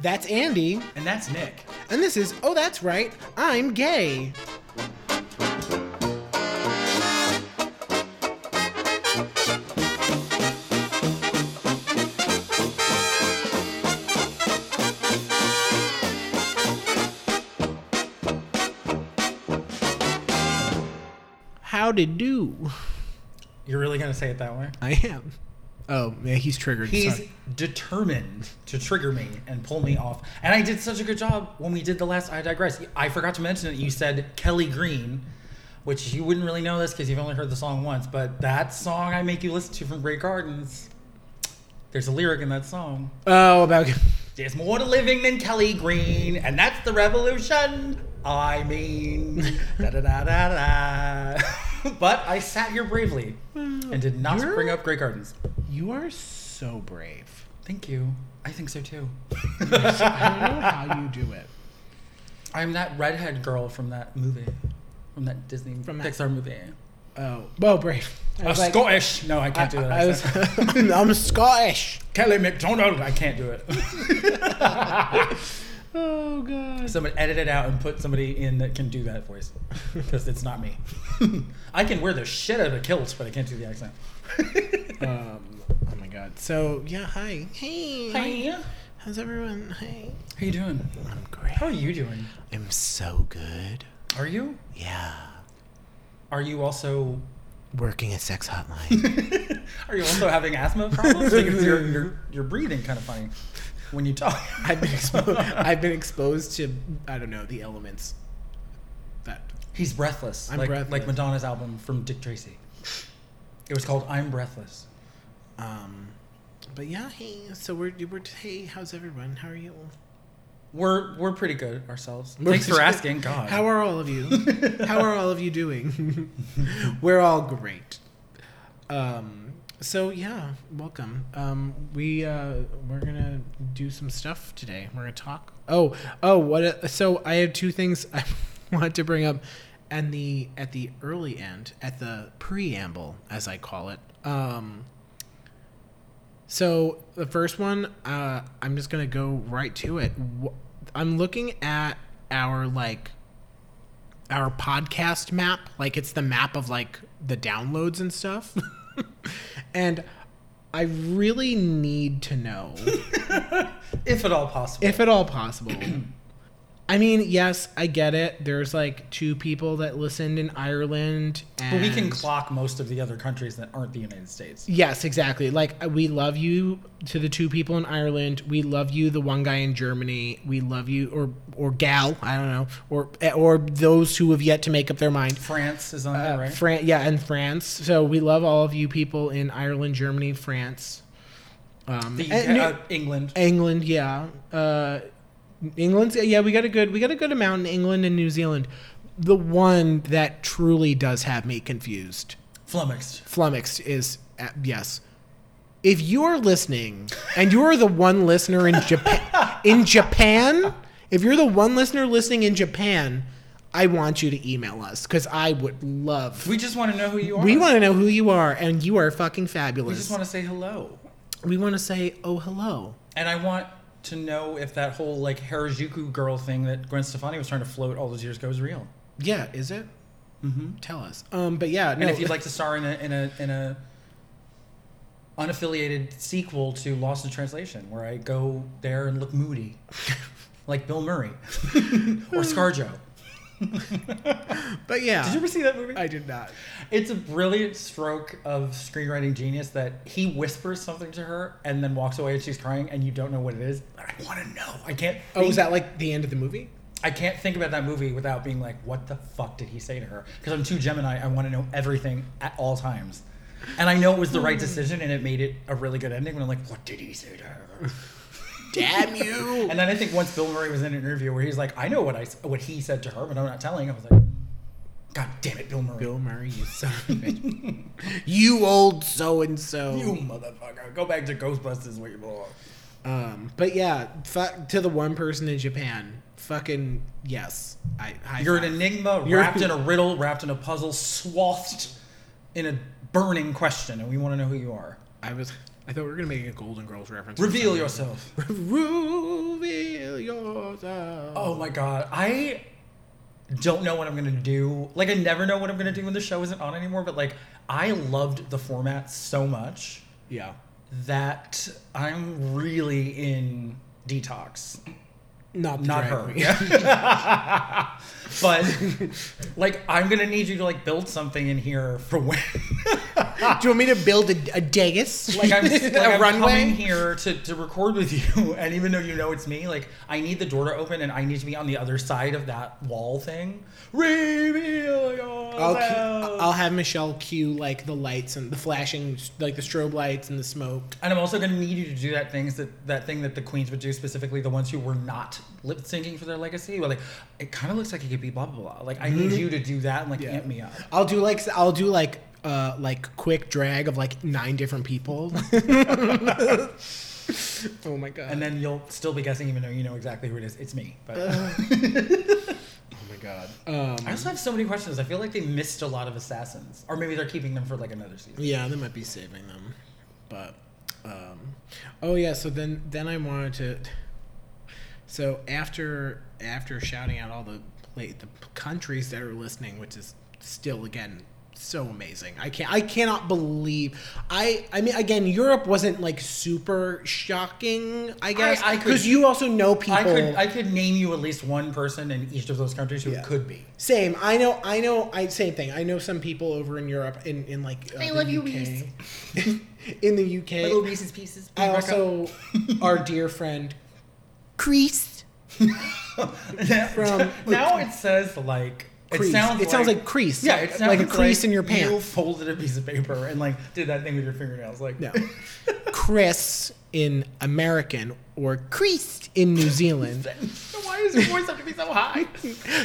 That's Andy, And that's Nick. and this is Oh That's Right, I'm Gay. How to do? You're really gonna say it that way? I am. Oh, yeah, he's triggered. He's sorry. determined to trigger me and pull me off. And I did such a good job when we did the last I digress. I forgot to mention it. You said Kelly Green, which you wouldn't really know this because you've only heard the song once, but that song I make you listen to from Great Gardens. There's a lyric in that song. Oh, about. There's more to living than Kelly Green, and that's the revolution. I mean, da da da da da. But I sat here bravely and did not You're- bring up Grey Gardens. You are so brave. Thank you. I think so too. I don't know how you do it. I'm that redhead girl from that movie, from that Disney From that- Pixar movie. Oh, well, brave. I I'm was like- Scottish. No, I can't do that. I, I was, accent. I'm Scottish. Kelly McDonald. I can't do it. Oh god. Someone edit it out and put somebody in that can do that voice because it's not me. I can wear the shit out of a kilt, but I can't do the accent. Um, oh my god. So yeah, hi. Hey. Hi. How's everyone? Hey. How you doing? I'm great. How are you doing? I'm so good. Are you? Yeah. Are you also? Working a sex hotline. Are you also having asthma problems? Because you're, you're, you're breathing kind of funny when you talk. I've been exposed. I've been exposed to I don't know the elements. That He's breathless. I'm like, breathless. Like Madonna's album from Dick Tracy. It was called "I'm Breathless." um. But yeah, hey. So we're we're hey. How's everyone? How are you? We're we're pretty good ourselves. We're Thanks for pretty- asking. God. How are all of you? How are all of you doing? We're all great. Um, so yeah, welcome. Um, we uh, we're gonna do some stuff today. We're gonna talk. Oh, oh, what? A, so I have two things I want to bring up, and the at the early end, at the preamble, as I call it. Um, so the first one, uh, I'm just gonna go right to it. Wh- I'm looking at our like our podcast map, like it's the map of like the downloads and stuff, and I really need to know if at all possible. if at all possible. I mean, yes, I get it. There's like two people that listened in Ireland, and but we can clock most of the other countries that aren't the United States. Yes, exactly. Like uh, we love you to the two people in Ireland. We love you, the one guy in Germany. We love you, or or gal, I don't know, or eh, or those who have yet to make up their mind. France is on Uh, there, right? Fran- yeah, and France. So we love all of you people in Ireland, Germany, France, um, the, and- uh, England. England. Yeah, uh, England's yeah. We got a good we got a good amount in England and New Zealand. The one that truly does have me confused flummoxed. flummoxed is uh, yes. If you are listening and you are the one listener in Japan, in Japan, if you're the one listener listening in Japan, I want you to email us because I would love. We just want to know who you are. We want to know who you are, and you are fucking We fabulous. just want to say hello. we want to say, oh hello. And I want to know if that whole like Harajuku girl thing that Gwen Stefani was trying to float all those years ago is real. Yeah, is it? Mm-hmm. Tell us. Um, but yeah, no. And if you'd like to star in a in a in a unaffiliated sequel to Lost in Translation, where I go there and look moody, like Bill Murray or ScarJo. but yeah, Did you ever see that movie? I did not. It's a brilliant stroke of screenwriting genius that he whispers something to her and then walks away and she's crying and you don't know what it is. But I want to know. I can't. Oh, was think- that like the end of the movie? I can't think about that movie without being like, what the fuck did he say to her? Because I'm too Gemini. I want to know everything at all times. And I know it was the right decision and it made it a really good ending. But I'm like, what did he say to her? Damn you! And then I think once Bill Murray was in an interview where he's like, I know what I s- what he said to her, but I'm not telling. I was like, God damn it, Bill Murray. Bill Murray, you son of a bitch. you old so and so. You motherfucker. Go back to Ghostbusters where you belong. Um, but yeah, fuck to the one person in Japan. Fucking yes, I. High You're an five. enigma You're- wrapped in a riddle, wrapped in a puzzle, swathed in a burning question, and we want to know who you are. I was. I thought we were gonna make a Golden Girls reference. Reveal yourself. Reveal Oh my god, I don't know what I'm gonna do. Like I never know what I'm gonna do when the show isn't on anymore. But like I loved the format so much Yeah. that I'm really in detox. Not the Not drag her. queen. but like I'm gonna need you to like build something in here for when Do you want me to build a, a dais? like I'm, like, a I'm runway? coming here to, to record with you, and even though you know it's me, like I need the door to open, and I need to be on the other side of that wall thing. Reveal I'll, yourself. cu- I'll have Michelle cue like the lights and the flashing, like the strobe lights and the smoke. and I'm also gonna need you to do that things that that thing that the queens would do specifically the ones who were not lip syncing for their legacy. Well, like it kind of looks like it could be blah blah blah. Like I Mm-hmm. need you to do that and like amp me up. I'll do like I'll do like uh like quick drag of like nine different people. oh my god! And then you'll still be guessing, even though you know exactly who it is. It's me. But Uh. oh my god! Um, I also have so many questions. I feel like they missed a lot of assassins, or maybe they're keeping them for like another season. yeah, they might be saving them, but um, oh yeah. So then then I wanted to. So after after shouting out all the pla the countries that are listening, which is still again so amazing. I can not I cannot believe I I mean again Europe wasn't like super shocking I guess I could- because you also know people I could I could name you at least one person in each of those countries who Yeah. it could be. Same. I know. I know. I same thing. I know some people over in Europe, in in like uh, I the love you, UK. in the UK, Reese's Pieces. I also our dear friend Crease from now it says like Crease. it sounds It sounds like crease, Yeah, like- it sounds like a crease in your You pants. folded a piece of paper and like did that thing with your fingernails. Like No, Chris in American or Creased in New Zealand. why does your voice have to be so high?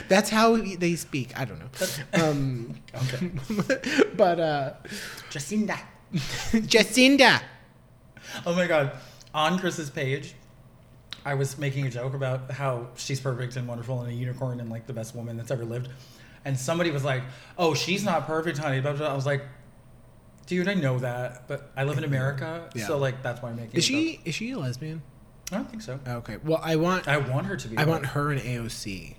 That's how they speak. I don't know. Um, Okay, but uh, Jacinda. Jacinda. Oh my god, on Chris's page. I was making a joke about how she's perfect and wonderful and a unicorn and like the best woman that's ever lived. And somebody was like, oh, she's not perfect, honey. Blah, blah, blah. I was like, dude, I know that, but I live in America. Yeah. So, like, that's why I'm making Is a joke." she is she a lesbian? Oh, I don't think so. Okay. Well, I want I want her to be. I but want her and AOC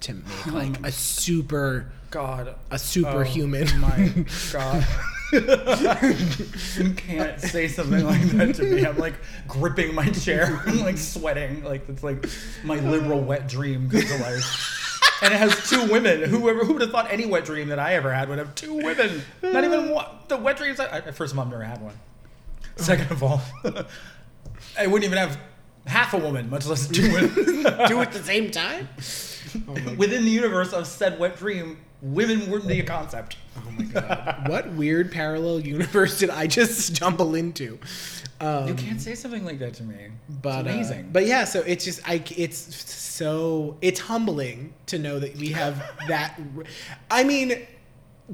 to make like a super God. a superhuman. Oh, my God. you can't say something like that to me. I'm like gripping my chair. I'm like sweating. Like it's like my liberal wet dream comes to life. And it has two women. Whoever who would have thought any wet dream that I ever had would have two women? Not even one. The wet dreams. I, I- first of all, I've never had one. Second of all, I wouldn't even have half a woman, much less two women. Do it at the same time? Within the universe of said wet dream, women wouldn't be a concept. Oh my god. what weird parallel universe did I just stumble into? Um, You can't say something like that to me. but it's uh, amazing. but yeah, so it's just I c- it's so it's humbling to know that we have that r- I mean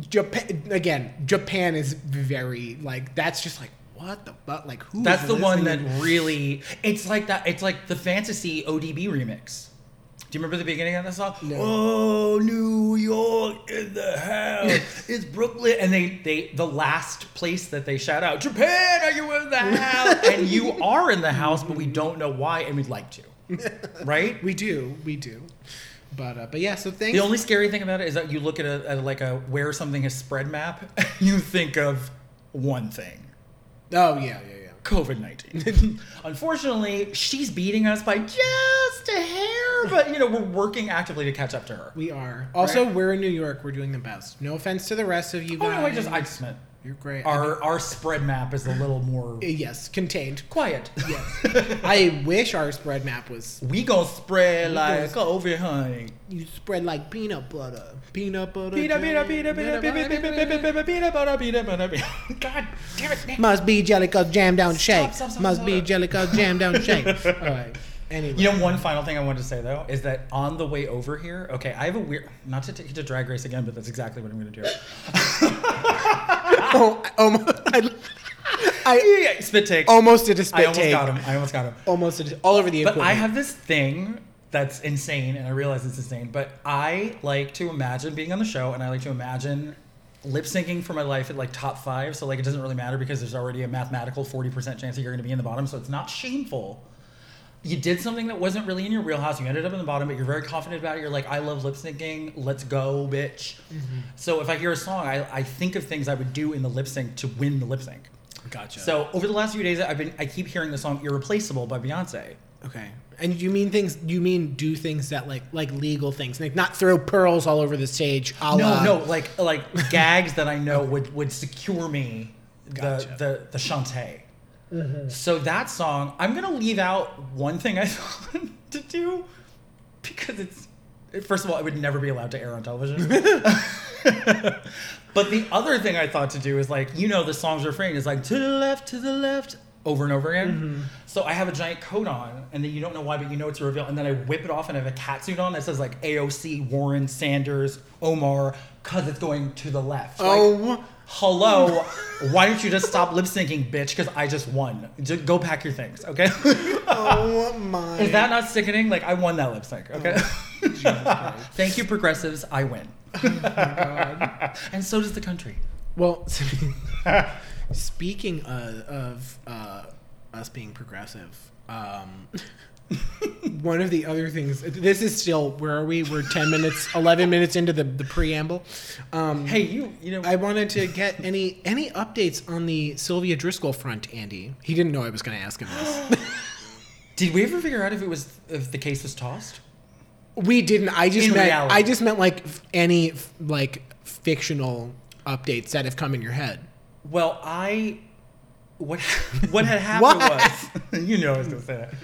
Japan again, Japan is very like that's just like what the fuck like who is that's the one that listening? really. It's like that. It's like the fantasy ODB remix. Do you remember the beginning of that song? No. Oh, New York in the house. it's Brooklyn, and they they the last place that they shout out, Japan, are you in the house? and you are in the house, but we don't know why, and we'd like to, right? we do, we do. But uh, but yeah, so thanks The only scary thing about it is that you look at a at like a where something is spread map, you think of one thing. Oh yeah, yeah, yeah. COVID 19. Unfortunately, she's beating us by just a hair, but you know, we're working actively to catch up to her. Oh, We are. Also, we're in New York. We're doing the best. No offense to the rest of you Oh, guys. no, I just, I just meant You're great. our, our spread map is a little more I- yes, contained. quiet. Yes. I wish our spread map was. we gonna spread gonna like COVID, honey. You spread like peanut butter. Peanut butter. Peanut, peanut, jelly, peanut, peanut, peanut, peanut, peanut, peanut, peanut, peanut, butter, peanut, butter, peanut. God damn it, Nick. Must be Jellicoe's jam down shake. stop, stop, Must stop. be Jellicoe's jam down shake. All right. Anyway. You know, one final thing I wanted to say though is that on the way over here, okay, I have a weird. Not to take you to drag race again, but that's exactly what I'm going to do. oh, I almost, I, I Yeah, Spit take. almost did a Oh, spit I almost take. got him. I almost got him. Almost did, all over the But equipment. I have this thing that's insane, and I realize it's insane, but I like to imagine being on the show, and I like to imagine lip syncing for my life at like top five. So, like, it doesn't really matter because there's already a mathematical 40% chance that you're going to be in the bottom. So, it's not shameful. you did something that wasn't really in your wheelhouse. You ended up in the bottom, but you're very confident about it. You're like, I love lip syncing. Let's go, bitch. So if I hear a song, I, I think of things I would do in the lip sync to win the lip sync. Gotcha. So over the last few days, I've been I keep hearing the song "Irreplaceable" by Beyonce. okay. And you mean things? You mean do things that like like legal things, like not throw pearls all over the stage. A No, la, no, like like gags that I know would would secure me the Gotcha. Mm-hmm. the the Shantae. So that song, I'm gonna leave out one thing I thought to do because it's first of all, it would never be allowed to air on television. but the other thing I thought to do is like, you know, the song's refrain is like to the left, to the left, over and over again. So I have a giant coat on, and then you don't know why, but you know it's a reveal. And then I whip it off, and I have a catsuit on that says like AOC, Warren, Sanders, Omar, because it's going to the left. Like, Oh. hello, why don't you just stop lip syncing, bitch? Because I just won. Just go pack your things, okay? oh my. Is that not sickening? Like I won that lip sync. Okay. Thank you, progressives. I win. and so does the country. Well, speaking of, of uh, us being progressive, um, one of the other things. This is still where are we? We're ten minutes, eleven minutes into the the preamble. Um, Hey, you. You know. I wanted to get any any updates on the Sylvia Driscoll front, Andy. He didn't know I was going to ask him this. did we ever figure out if it was if the case was tossed? We didn't. I just In meant reality. I just meant like f- any f- like fictional updates that have come in your head. Well, I. What what had happened was you know I was gonna say that.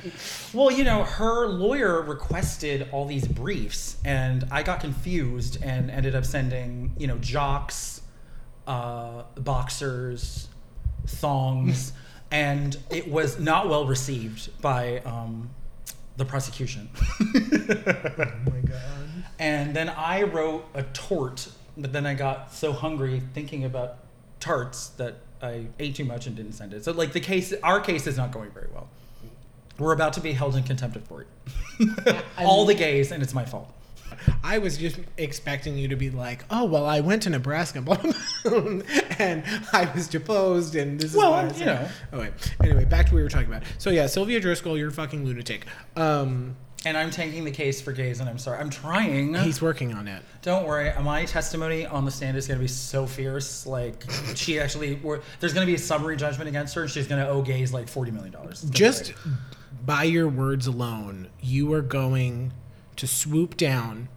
Well, you know, her lawyer requested all these briefs, and I got confused and ended up sending you know jocks, uh, boxers, thongs, and it was not well received by um, the prosecution. And then I wrote a tort, but then I got so hungry thinking about tarts that I ate too much and didn't send it. So like the case, our case is not going very well. We're about to be held in contempt of court. All the gays, and it's my fault. I was just expecting you to be like, "Oh well, I went to Nebraska, blah, blah, blah, and I was deposed, and this Well, is what I you said." know. Okay. Anyway, back to what we were talking about. So yeah, Sylvia Driscoll, you're a fucking lunatic. Um, And I'm tanking the case for gays, and I'm sorry. I'm trying. he's working on it. Don't worry, my testimony on the stand is going to be so fierce. Like she actually, we're- there's going to be a summary judgment against her, and she's going to owe gays like forty million dollars. Just by your words alone, you are going to swoop down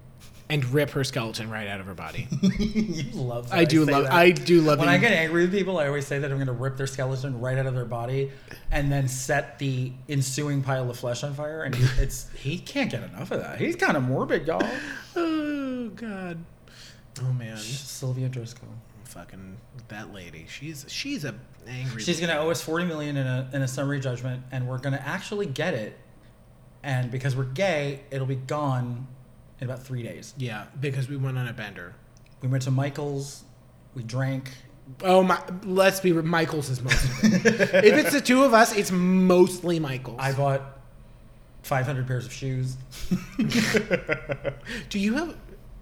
and rip her skeleton right out of her body. you love. That I do say love. that. I do love. When that I you- get angry with people, I always say that I'm going to rip their skeleton right out of their body, and then set the ensuing pile of flesh on fire. And he, it's he can't get enough of that. He's kind of morbid, y'all. oh god. Oh man, Sylvia Driscoll. fucking that lady. She's she's a angry. She's going to owe us 40 million in a in a summary judgment, and we're going to actually get it. And because we're gay, it'll be gone in about three days. Yeah, because we went on a bender. We went to Michael's, we drank. Oh my! Let's be real, Michaels is most of it. if it's the two of us, it's mostly Michaels. I bought 500 pairs of shoes. do you have?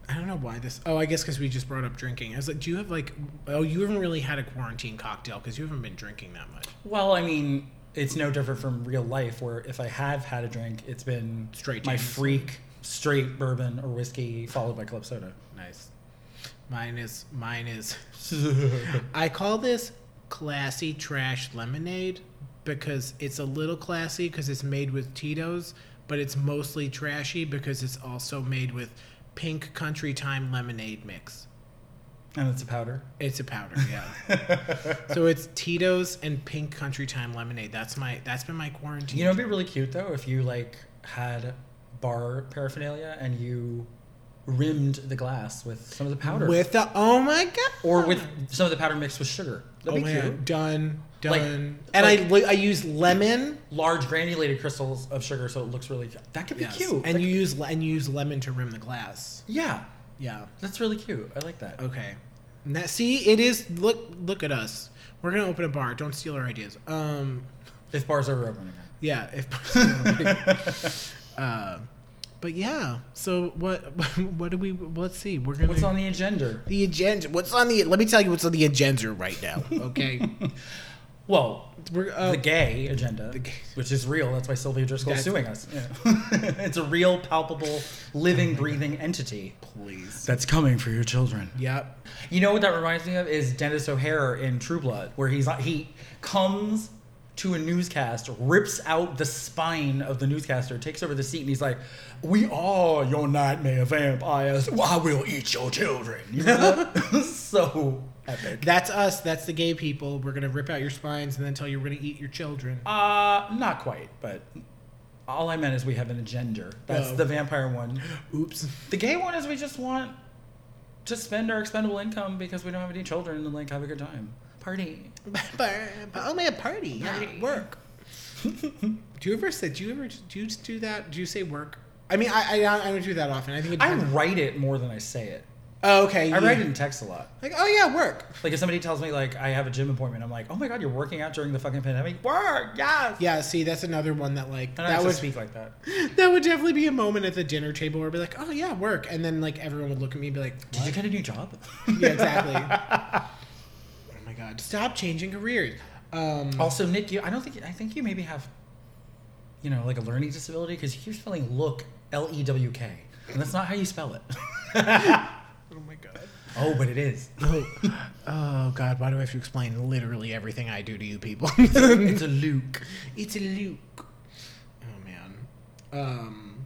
I don't know why this. Oh, I guess because we just brought up drinking. I was like, do you have like? Oh, you haven't really had a quarantine cocktail because you haven't been drinking that much. Well, I mean, it's no different from real life where if I have had a drink, it's been Straight my Jameson. freak straight bourbon or whiskey followed by club soda. Nice. Mine is mine is. I call this classy trash lemonade because it's a little classy because it's made with Tito's, but it's mostly trashy because it's also made with pink country time lemonade mix. and it's a powder. It's a powder, yeah. so it's Tito's and Pink Country Time lemonade. That's my that's been my quarantine. You know, it'd be really cute though if you like had bar paraphernalia and you rimmed the glass with some of the powder with the oh my god, or with some of the powder mixed with sugar. oh That'd be man, cute. done Like- done. and I li- I use lemon. Large granulated crystals of sugar, so it looks really that could be Yes. cute. And you use le- and you use lemon to rim the glass. yeah, Yeah. that's really cute. I like that. Okay. And that, see, it is look look at us. We're gonna open a bar. Don't steal our ideas. Um. If bars are open again. Yeah. If. uh, but yeah. So what? What do we? Let's see. We're gonna. What's on the agenda? The agenda. What's on the? Let me tell you what's on the agenda right now. Okay. Well, We're, uh, the gay agenda, gay- which is real. That's why Sylvia Driscoll is That's- suing us. it's a real, palpable, living, breathing entity. please. That's coming for your children. Yep. You know what that reminds me of is Dennis O'Hare in True Blood, where he's he comes to a newscast, rips out the spine of the newscaster, takes over the seat, and he's like, "We are your nightmare vampires. I will eat your children." You know that? so epic. That's us. That's the gay people. We're gonna rip out your spines and then tell you we're gonna eat your children. Uh, not quite, but all I meant is we have an agenda. That's Oh. the vampire one. Oops. The gay one is we just want to spend our expendable income because we don't have any children and like have a good time, party. but only a party, not Party. work. do you ever say? Do you ever do you do that? Do you say work? I mean, I I, I don't do that often. I think it I depends. write it more than I say it. oh, okay. I you- write it in text a lot. like oh yeah, work. Like if somebody tells me like I have a gym appointment, I'm like, oh my god, you're working out during the fucking pandemic. Work, yes. Yeah. See, that's another one that like And I that have would to speak like that. that would definitely be a moment at the dinner table where I'd be like, oh yeah, work, and then like everyone would look at me and be like, Did you get a new job? yeah, exactly. oh my god, stop changing careers. Um, also, Nick, you I don't think I think you maybe have, you know, like a learning disability because you keep spelling look L E W K, and that's not how you spell it. oh my god. oh, but it is. Oh, oh God! Why do I have to explain literally everything I do to you people? It's a Luke. it's a Luke. Oh man. Um.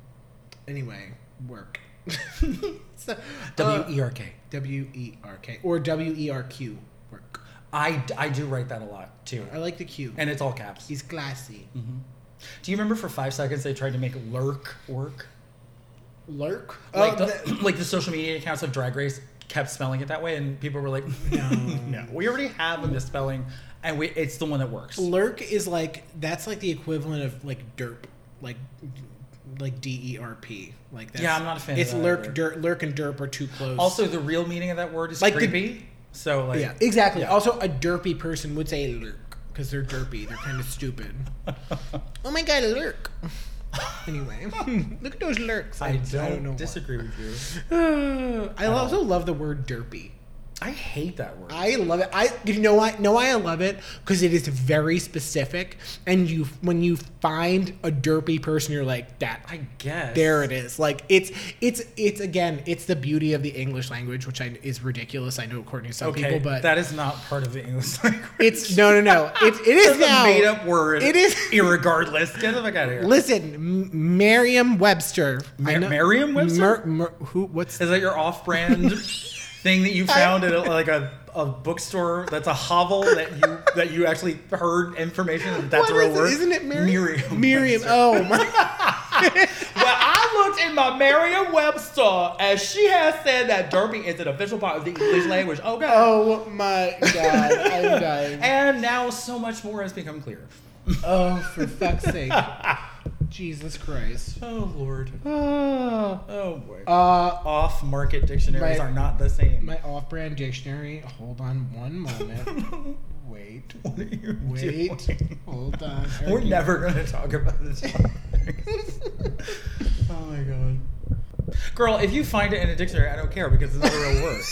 Anyway, work. so, uh, W E R K. W E R K or W E R Q work. I I do write that a lot too, I like the Q. and Mm-hmm. it's all caps. He's classy. Do you remember for five seconds they tried to make lurk work? Lurk. like, oh, Uh, the, th- like the social media accounts of Drag Race kept spelling it that way, and people were like, "No, no, we already have a misspelling, and we, it's the one that works." lurk is like that's like the equivalent of like derp, like like D E R P. Like that's, Yeah, I'm not a fan of It's that lurk, either. derp, lurk, and derp are too close. Also, the real meaning of that word is Like the- creepy. so, like, Yeah, exactly. Yeah. Also, a derpy person would say lurk because they're derpy. They're kind of stupid. oh my god, lurk. Anyway, look at those lurks. I don't, why. disagree with you. Uh, I also love the word derpy. I hate that word. I love it. I you know why know why I love it because it is very specific, and you when you find a derpy person, you're like that. I guess There it is. Like it's it's it's again. It's the beauty of the English language, which I, is ridiculous. I know according to some Okay, people, but that is not part of the English language. it's no, no, no. It, it is That's now a made up word. It is. irregardless. Get the fuck out of here. Listen, M- Merriam-Webster. I Mer- know- Merriam-Webster? Mer- Mer- who? What's? Is that your off-brand thing that you found at a, like a, a bookstore? That's a hovel that you that you actually heard information that that's what a real is it? word. Isn't it Merriam? Miriam. Miriam. Webster. Oh my. Well, I looked in my Merriam-Webster, and she has said that derpy is an official part of the English language. Okay. Oh my God! I'm dying. And now so much more has become clear. Oh, for fuck's sake! Jesus Christ. Oh Lord. Uh, Oh boy. my Off-market dictionaries Uh, my- are not the same. off-brand dictionary. Hold on one moment. Wait. What are you Wait. doing? Hold on. We're never going to talk about this. oh my god. Girl, if you find it in a dictionary, I don't care because it's not a real word.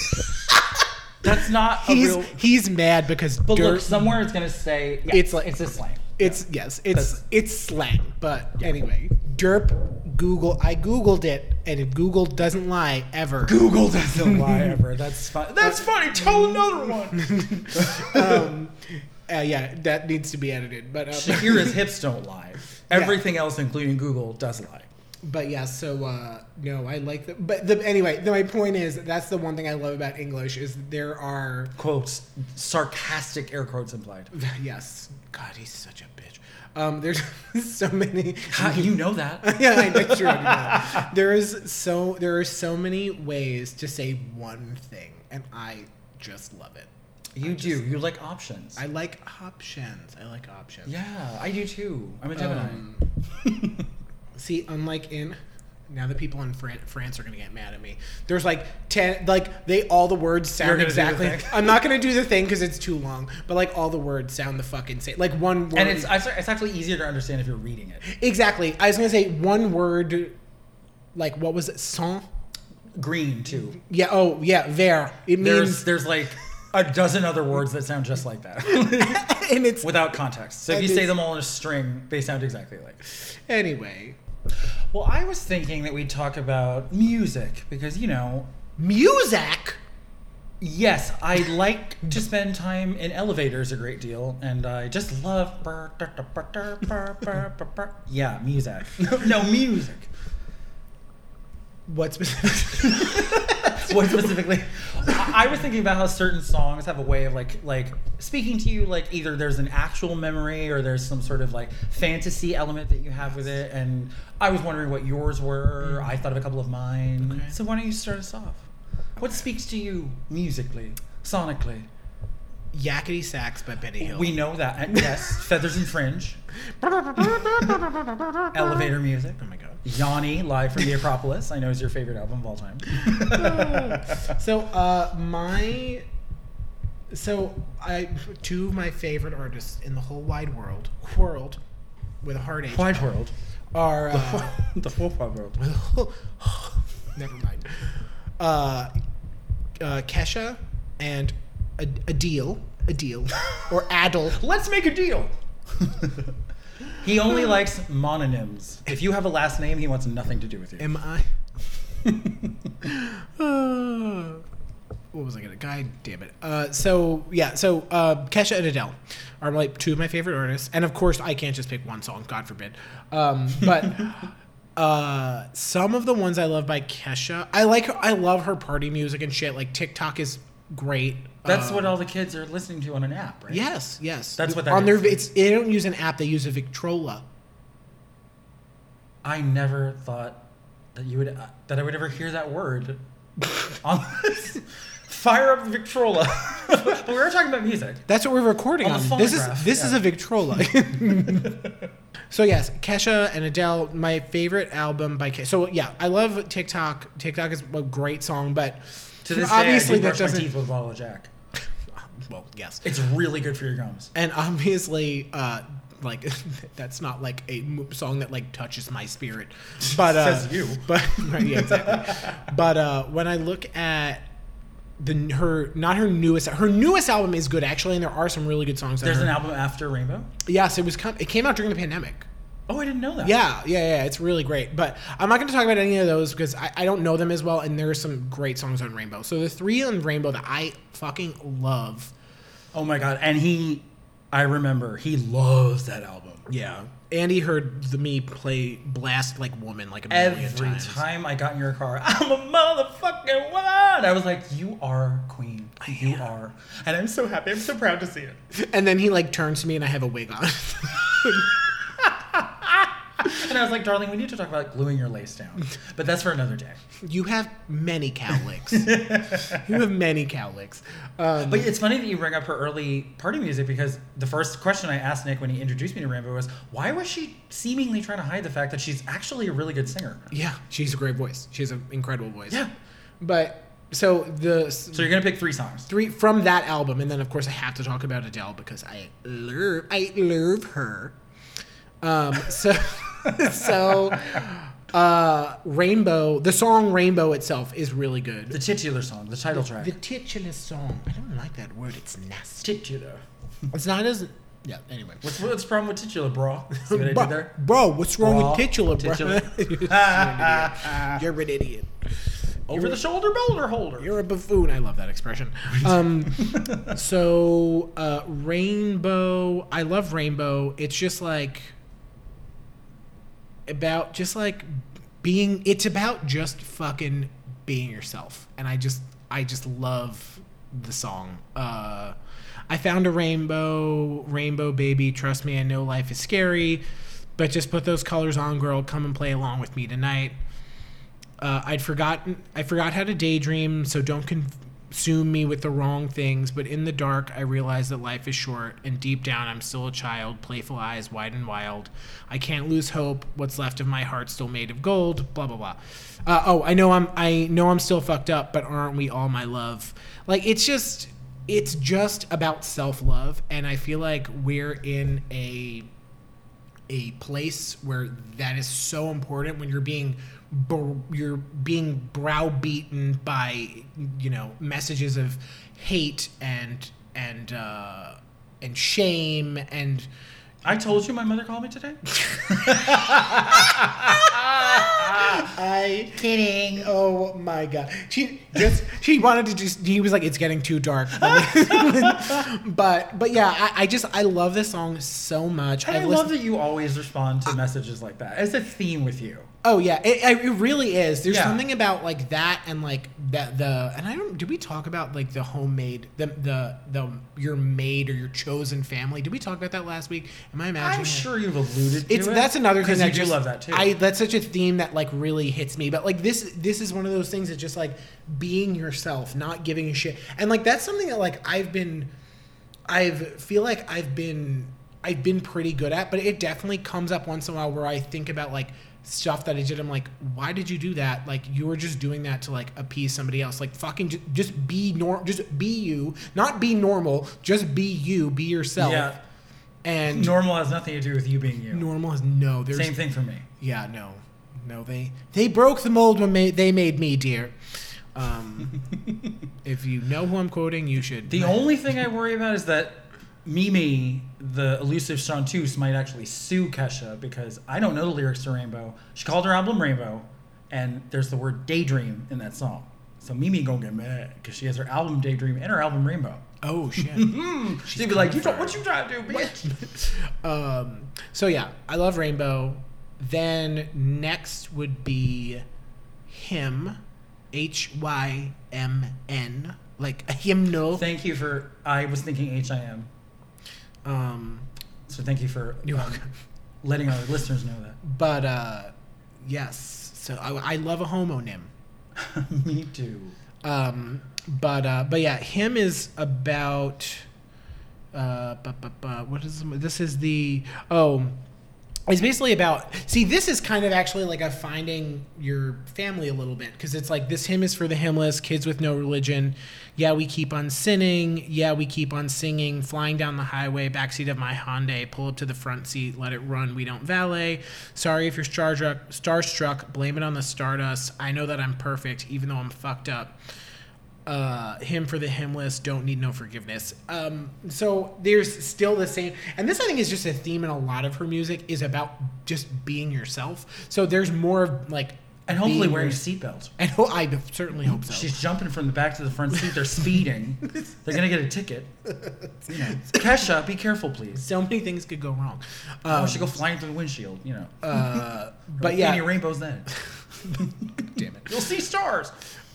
That's not a He's real. he's mad because But dirt. look, somewhere it's gonna say yeah, It's like- it's a slang. It's yes, it's it's slang. But anyway, derp. Google. I googled it, and if Google doesn't lie ever. Google doesn't lie ever. That's fun. That's funny. Tell another one. um, uh, yeah, that needs to be edited. But um, Shakira's hips don't lie. Everything else, including Google, does lie. but yeah. So uh, no, I like the. But the anyway, the, my point is that's the one thing I love about English is there are Quotes, sarcastic air quotes implied. yes. God, he's such a bitch. Um, there's so many. How do you know that? yeah, I picture it. now. There is so there are so many ways to say one thing, and I just love it. You do. You like options. I like options. I like options. yeah, I do too. I'm a Gemini. Um, see, unlike in now the people in Fran- France are gonna get mad at me. There's like ten, like they all the words You're sound gonna do the exactly. thing. I'm not gonna do the thing because it's too long, but like all the words sound the fucking same. Like one word, and it's uh, actually- it's actually easier to understand if you're reading it. exactly. I was gonna say one word, like what was it? Sans. Green too. Yeah. Oh, yeah. There. It means There's there's like a dozen other words that sound just like that. and it's without context. So if And you say it's- them all in a string, they sound exactly like. anyway Well, I was thinking that we'd talk about music because you know, music. yes, I like to spend time in elevators a great deal, and I just love. Yeah, music. No, music. What specific? What specifically? I I was thinking about how certain songs have a way of like like speaking to you. Like either there's an actual memory or there's some sort of like fantasy element that you have with it. And I was wondering what yours were. I thought of a couple of mine. Okay. So why don't you start us off? What speaks to you musically, sonically? Yakety sax by Betty Hill. We know that. And yes, feathers and fringe, elevator music. Oh my god. Yanni, live from the Acropolis. I know is your favorite album of all time. so uh my so i two of my favorite artists in the whole wide world world with a hard h Wide world. are uh, the full wide world. never mind uh, uh kesha and a, a deal a deal or adel Let's make a deal. he only likes mononyms. If you have a last name, he wants nothing to do with you. am i Uh, what was I gonna? God damn it! Uh, so yeah, so uh, Kesha and Adele are like two of my favorite artists, and of course I can't just pick one song. God forbid. Um, but uh, some of the ones I love by Kesha, I like. Her, I love her party music and shit. Like TikTok is great. That's Um, what all the kids are listening to on an app, right? Yes, yes. That's what that on is. their. It's they don't use an app. They use a Victrola. I never thought that you would uh, that I would ever hear that word on this. Fire up the Victrola. we were talking about music. That's what we're recording On on. the This is phonograph, this is yeah. a Victrola. so yes, Kesha and Adele, my favorite album by Kesha. So yeah, I love TikTok. TikTok is a great song, but To this obviously day, I that do brush my doesn't. teeth with a bottle of Jack. Well, yes, It's really good for your gums. and obviously, uh, like that's not like a mo- song that like touches my spirit, but uh, Says you. but right, yeah, exactly. but uh, when I look at the her not her newest her newest album is good actually, and there are some really good songs. on There's her. an album after Rainbow. Yes, it was. com- It came out during the pandemic. Oh, I didn't know that. Yeah, yeah, yeah. It's really great. But I'm not going to talk about any of those because I, I don't know them as well. And there are some great songs on Rainbow. So the three on Rainbow that I fucking love. Oh my god. And he, I remember, he loves that album. Yeah. Andy heard the me play blast like woman like a million Every times. time I got in your car, I'm a motherfucking woman. I was like, you are queen. You am. are. And I'm so happy. I'm so proud to see it. And then he like turns to me and I have a wig on. And I was like, darling, we need to talk about gluing your lace down. But that's for another day. you have many cowlicks. you have many cowlicks. Um, But it's funny that you bring up her early party music because the first question I asked Nick when he introduced me to Rambo was, why was she seemingly trying to hide the fact that she's actually a really good singer? yeah, she's a great voice. She has an incredible voice. Yeah. But so the So you're going to pick three songs. three from that album, and then of course I have to talk about Adele because I love I love her. Um, so so uh, Rainbow, the song Rainbow itself is really The good. titular song, the title track. The titular song, I don't like that word. It's nasty. titular. It's not as yeah. Anyway, What's, what's the problem with titular, bra? See what I Bro- did there? Bro, what's wrong Bra. with titular, bro? Titular. You're an idiot. Over the shoulder boulder holder. You're a buffoon. I love that expression. Um, so uh, rainbow. I love rainbow. It's just like about just like being. It's about just fucking being yourself. And I just I just love the song. Uh, I found a rainbow, rainbow baby. Trust me, I know life is scary, but just put those colors on, girl. Come and play along with me tonight uh, I'd forgotten I forgot how to daydream, so don't consume me with the wrong things. But in the dark, I realize that life is short, and deep down, I'm still a child, playful eyes wide and wild. I can't lose hope. What's left of my heart still made of gold. Blah blah blah. Uh, oh, I know I'm I know I'm still fucked up, but aren't we all, my love? Like it's just it's just about self love, and I feel like we're in a a place where that is so important when you're being br- you're being browbeaten by you know messages of hate and and uh, and shame and I told you my mother called me today. I kidding. Oh my god. She just she wanted to just he was like, it's getting too dark. but but yeah, I, I just I love this song so much. And I I've love listened- that you always respond to messages like that. It's a theme with you. Oh yeah, it, it it really is. There's Yeah. something about like that and like that the and I don't. Did we talk about like the homemade the the the your maid or your chosen family? Did we talk about that last week? Am I imagining? I'm it? sure you've alluded to It's it. that's another thing because that you do just- love that too. I that's such a theme that like really hits me. But like this this is one of those things that's just like being yourself, not giving a shit. And like that's something that like I've been I've feel like I've been I've been pretty good at, but it definitely comes up once in a while where I think about like stuff that I did. I'm like, why did you do that? Like you were just doing that to like appease somebody else. Like fucking just, just be norm, just be you, not be normal. Just be you, be yourself. yeah. And Normal has nothing to do with you being you. normal is no. There's Same thing for me. yeah, no, no, they they broke the mold when ma- they made me, dear. Um, if you know who I'm quoting, you should. The only thing I worry about is that Mimi, the elusive chanteuse, might actually sue Kesha because I don't know the lyrics to Rainbow. She called her album Rainbow, and there's the word daydream in that song. So Mimi gonna get mad because she has her album Daydream and her album Rainbow. oh shit. Mm. She'd be like, "You don't what you trying to do, bitch." um, so yeah, I love Rainbow. Then next would be him, H Y M N, like a hymnal. Thank you for. I was thinking HIM, Um, so thank you for You're um, welcome. letting our listeners know that. but uh, yes, so I, I love a homonym. Me too. Um, but uh, but yeah, him is about. Uh, bu- bu- bu- what is this? Is the oh. It's basically about. See, this is kind of actually like a finding your family a little bit because it's like this hymn is for the hymnless, kids with no religion. Yeah, we keep on sinning. Yeah, we keep on singing. Flying down the highway, backseat of my Hyundai, pull up to the front seat, let it run. We don't valet. Sorry if you're starstruck. Starstruck, blame it on the stardust. I know that I'm perfect, even though I'm fucked up uh, him for the hymnless don't need no forgiveness um, so there's still the same and this i think is just a theme in a lot of her music is about just being yourself so there's more of like And hopefully being wearing your- seatbelt. and ho- i certainly hope so She's jumping from the back to the front seat. They're speeding. They're gonna get a ticket. You know. Kesha, be careful, please. so many things could go wrong Oh, um, she go flying through the windshield. You know. uh, Or but Any yeah rainbows then. damn it You'll see stars.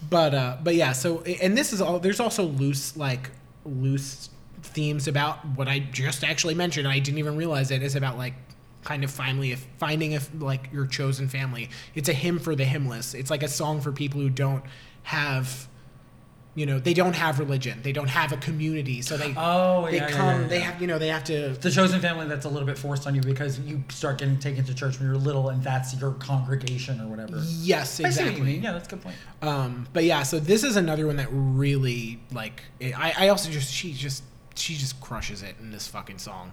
but uh but yeah so and this is all there's also loose like loose themes about what i just actually mentioned i didn't even realize it is about like kind of finally if finding if like your chosen family it's a hymn for the hymnless it's like a song for people who don't have you know they don't have religion they don't have a community so they Oh, they yeah, yeah, come yeah, they yeah. have you know they have to The chosen family that's a little bit forced on you because you start getting taken to church when you're little, and that's your congregation or whatever. yes I see what you exactly mean. Yeah, that's a good point. Um, but yeah, so this is another one that really like. I, I also just she just she just crushes it in this fucking song.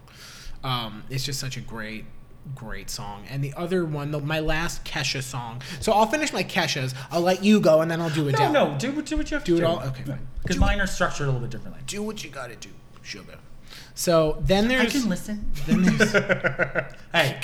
Um, it's just such a great great song. And the other one, the, my last Kesha song. So I'll finish my Keshas. I'll let you go, and then I'll do it No, down. no, do, do what you have Do to it do. all? Okay, fine. Because Do mine are structured a little bit differently. Do what you gotta do, sugar. So then I there's can listen. then there's Hey,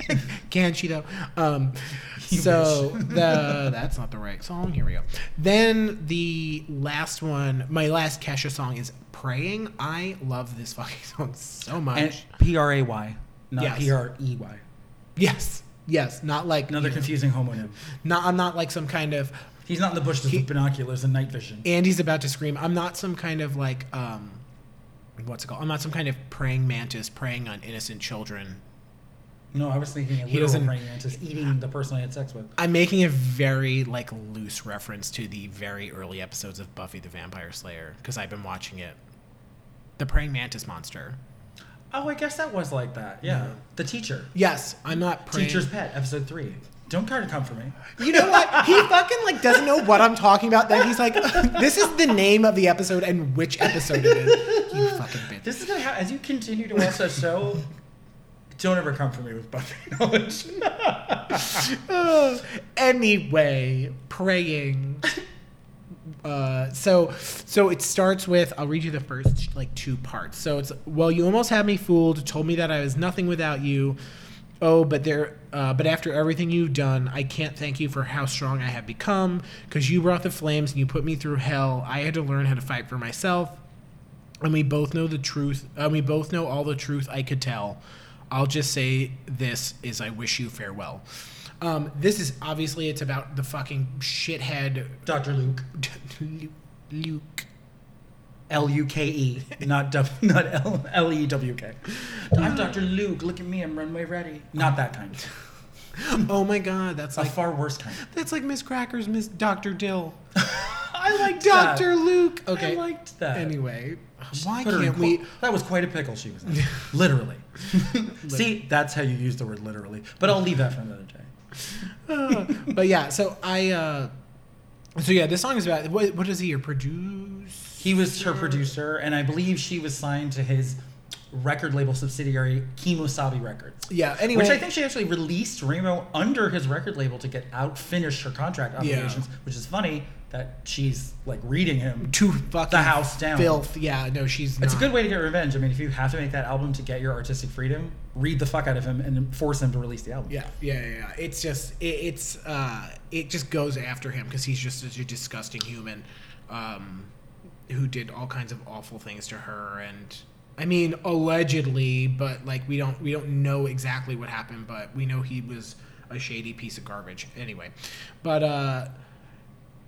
Can she though? Um, so the that's not the right song. Here we go. Then the last one, my last Kesha song is "Praying." I love this fucking song so much. and P R A Y, not Yes. P R E Y. yes, yes, not like Another you know, confusing homonym. Not I'm not like some kind of He's not in the bushes with binoculars and night vision. Andy's about to scream. I'm not some kind of like um, what's it called? I'm not some kind of praying mantis preying on innocent children. No, I was thinking a He literal doesn't- praying mantis eating the person I had sex with. I'm making a very like loose reference to the very early episodes of Buffy the Vampire Slayer because I've been watching it. The praying mantis monster. Oh, I guess that was like that. Yeah, the teacher, Yes, I'm not praying. teacher's pet, episode three. Don't try to come for me. You know what? He fucking like doesn't know what I'm talking about. Then he's like, "This is the name of the episode and which episode it is." You fucking bitch. This is gonna happen as you continue to watch that show. Don't ever come for me with Buffy knowledge. Uh, anyway, praying. Uh, so, so it starts with I'll read you the first like two parts. So it's well, you almost had me fooled. Told me that I was nothing without you. Oh, but there, uh, but after everything you've done, I can't thank you for how strong I have become. Because you brought the flames and you put me through hell. I had to learn how to fight for myself and we both know the truth and we both know all the truth i could tell i'll just say this is i wish you farewell um, this is obviously it's about the fucking shithead Dr. Luke. Lu- luke L U K E, not W, not L L E W K. I'm Dr. Luke. Look at me. I'm runway ready. Not that kind. oh my god that's A like far worse kind. that's like miss crackers miss dr dill I liked dr That. luke I okay liked that. anyway why Put her in can't qu- we That was quite a pickle she was in. literally. See, that's how you use the word literally. But I'll leave that for another day. uh, but yeah so i uh so yeah this song is about what, what is he a produce He was her producer, and I believe she was signed to his record label subsidiary, Kemosabe Records. yeah anyway Which I think she actually released Rainbow under his record label to get out, finish her contract obligations, which is funny that she's like reading him. to fucking The house down. filth. Yeah, no, she's. It's a not. good way to get revenge. I mean, if you have to make that album to get your artistic freedom, read the fuck out of him and then force him to release the album. Yeah, yeah, yeah. yeah. It's just it, it's uh it just goes after him because he's just such a disgusting human, um, who did all kinds of awful things to her and. I mean, allegedly, but like we don't we don't know exactly what happened, but we know he was a shady piece of garbage. Anyway, but uh,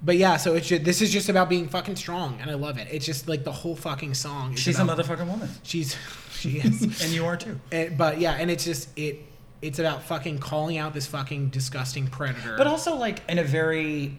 but yeah, so it's just, this is just about being fucking strong, and I love it. It's just like the whole fucking song. Is She's a about- motherfucking woman. She's she is. And you are too. And, but yeah, and it's just it. It's about fucking calling out this fucking disgusting predator. But also, like, in a very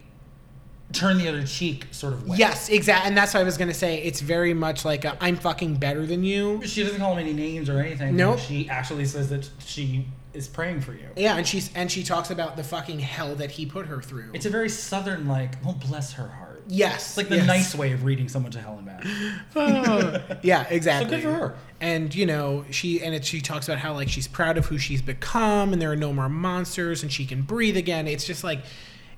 turn the other cheek sort of way. yes, exactly, and that's what I was gonna say. It's very much like i I'm fucking better than you. She doesn't call him any names or anything. Nope. She actually says that she is praying for you. Yeah, and she's and she talks about the fucking hell that he put her through. It's a very southern, like, oh, bless her heart. yes, It's like the yes. nice way of reading someone to hell and back. yeah, exactly. for her. And you know, she and it, she talks about how like she's proud of who she's become, and there are no more monsters, and she can breathe again. It's just like,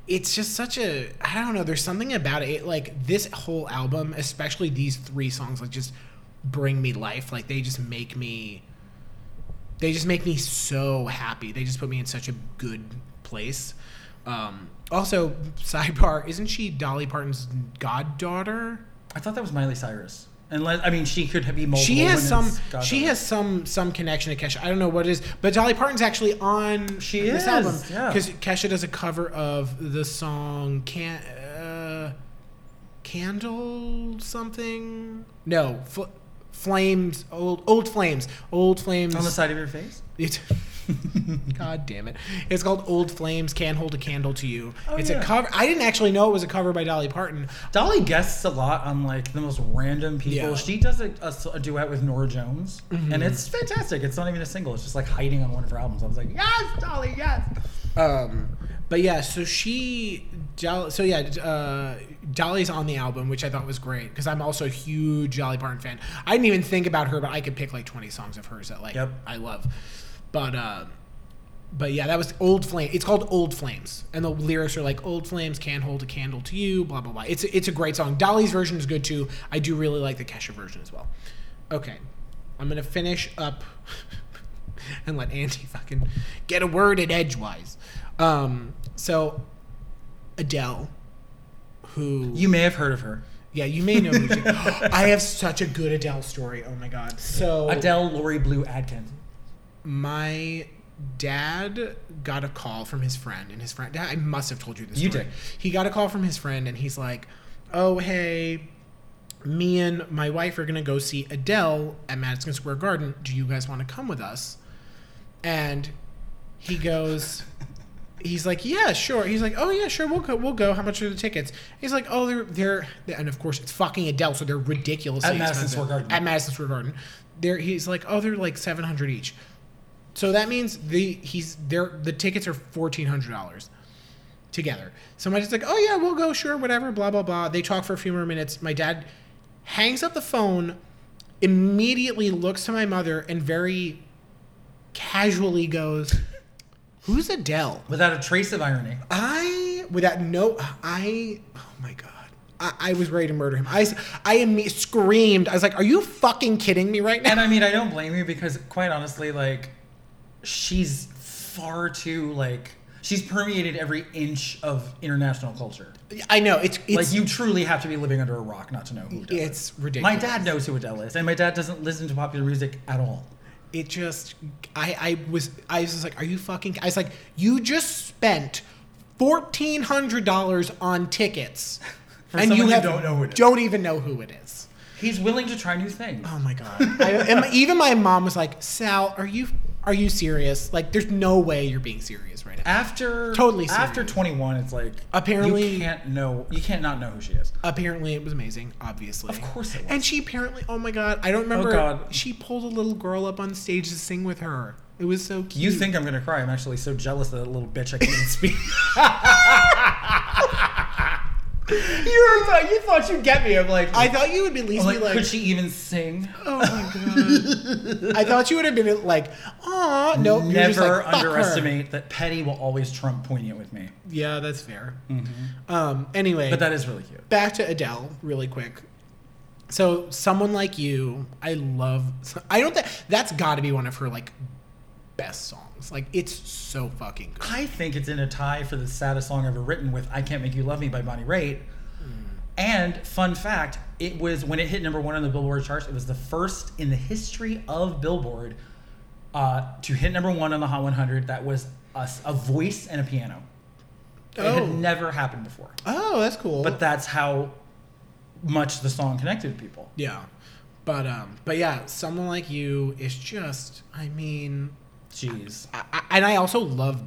it's just such a I don't know. There's something about it. it like this whole album, especially these three songs, like just bring me life. Like they just make me. They just make me so happy. They just put me in such a good place. Um, also, sidebar: Isn't she Dolly Parton's goddaughter? I thought that was Miley Cyrus. Unless I mean, she could be multiple. she has women's some goddaughter. she has some some connection to Kesha. I don't know what it is, but Dolly Parton's actually on She this is, album yeah. because Kesha does a cover of the song "Can uh, Candle Something." No, fl- flames, old old flames, old flames. on the side of your face. It's God damn it! It's called "Old Flames Can't Hold a Candle to You." Oh, it's yeah. a cover. I didn't actually know it was a cover by Dolly Parton. Dolly guests a lot on like the most random people. Yeah. Mm-hmm. She does a, a s- a duet with Nora Jones, and it's fantastic. It's not even a single. It's just like hiding on one of her albums. I was like, yes, Dolly, yes. Um, but yeah, so she, Dol- so yeah, uh, Dolly's on the album, which I thought was great because I'm also a huge Dolly Parton fan. I didn't even think about her, but I could pick like 20 songs of hers that like Yep. I love. But uh, but yeah, that was Old Flame. It's called Old Flames, and the lyrics are like Old Flames can't hold a candle to you, blah blah blah. It's it's a great song. Dolly's version is good too. I do really like the Kesha version as well. Okay, I'm gonna finish up and let Andy fucking get a word in edgewise. Um, so Adele, who You may have heard of her. yeah, you may know. Who she, I have such a good Adele story. Oh my god. So Adele Lori Blue Adkins. my dad got a call from his friend, and his friend. Dad, I must have told you this. You story. did. He got a call from his friend, and he's like, "Oh hey, me and my wife are gonna go see Adele at Madison Square Garden. Do you guys want to come with us?" And he goes. He's like, yeah, sure. He's like, oh yeah, sure, we'll go. We'll go. How much are the tickets? He's like, oh, they're they're, and of course it's fucking Adele, so they're ridiculously At Madison expensive. Square Garden. At Madison Square Garden, there he's like, oh, they're like seven hundred each. So that means the he's there. The tickets are fourteen hundred dollars together. So my dad's like, "Oh yeah, we'll go, sure, whatever." Blah blah blah. They talk for a few more minutes. My dad hangs up the phone, immediately looks to my mother, and very casually goes, "Who's Adele?" Without a trace of irony. I without no I. Oh my god. I, I was ready to murder him. I, s- I imme- screamed. I was like, "Are you fucking kidding me right now?" And I mean, I don't blame you because, quite honestly, like, she's far too, like, she's permeated every inch of international culture. I know it's it's like, you truly have to be living under a rock not to know who Adele is. it's ridiculous. My dad knows who Adele is, and my dad doesn't listen to popular music at all. It just I I was I was just like, "Are you fucking?" I was like, "You just spent fourteen hundred dollars on tickets, For someone you don't know who it is. don't even know who it is." He's willing to try new things. Oh my god! I, and my- even my mom was like, "Sal, are you are you serious? Like, there's no way you're being serious right now." After Totally after serious. 21, it's like Apparently- you can't know you can't not know who she is. Apparently, it was amazing. Obviously, Of course it was. And she apparently, oh my god, I don't remember. God. She pulled a little girl up on stage to sing with her. It was so cute. You think I'm gonna cry? I'm actually so jealous of that little bitch I can't even speak. you were thought you thought you'd get me. I'm like, I thought you would at least I'm Oh, like, be like, could she even sing? oh my god. I thought you would have been like, aw, no, oh, you're just Never like, "Fuck her." underestimate that petty will always trump poignant with me. Yeah, that's fair. Um. Anyway, Mm-hmm. But that is really cute. back to Adele really quick. So someone like you, I love. I don't think that's got to be one of her like best songs. Like it's so fucking good. I think it's in a tie for the saddest song ever written with I Can't Make You Love Me by Bonnie Raitt. And fun fact, it was when it hit number one on the Billboard charts, it was the first in the history of Billboard uh, to hit number one on the Hot 100 that was a, s- a voice and a piano. It Oh. had never happened before. Oh, that's cool. But that's how much the song connected with people. yeah, but um, but yeah, someone like you is just. I mean, Jeez. I, I- and I also love.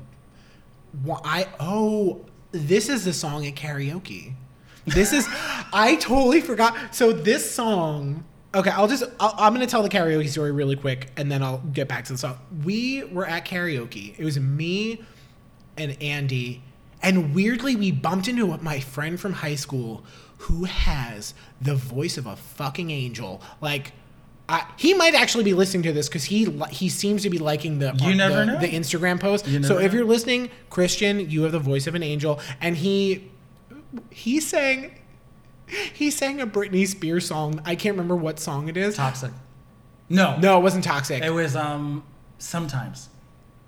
wha- I oh, this is the song at karaoke. This is, I totally forgot. So this song. Okay, I'll just I'll, I'm gonna tell the karaoke story really quick, and then I'll get back to the song. We were at karaoke. It was me and Andy, and weirdly we bumped into my friend from high school who has the voice of a fucking angel. Like, I, he might actually be listening to this because he li- he seems to be liking the You on never the, know. the Instagram post. You so never if know. you're listening, Christian, you have the voice of an angel, and he he sang he sang a Britney Spears song. I can't remember what song it is. Toxic. No. No, it wasn't toxic. It was um sometimes.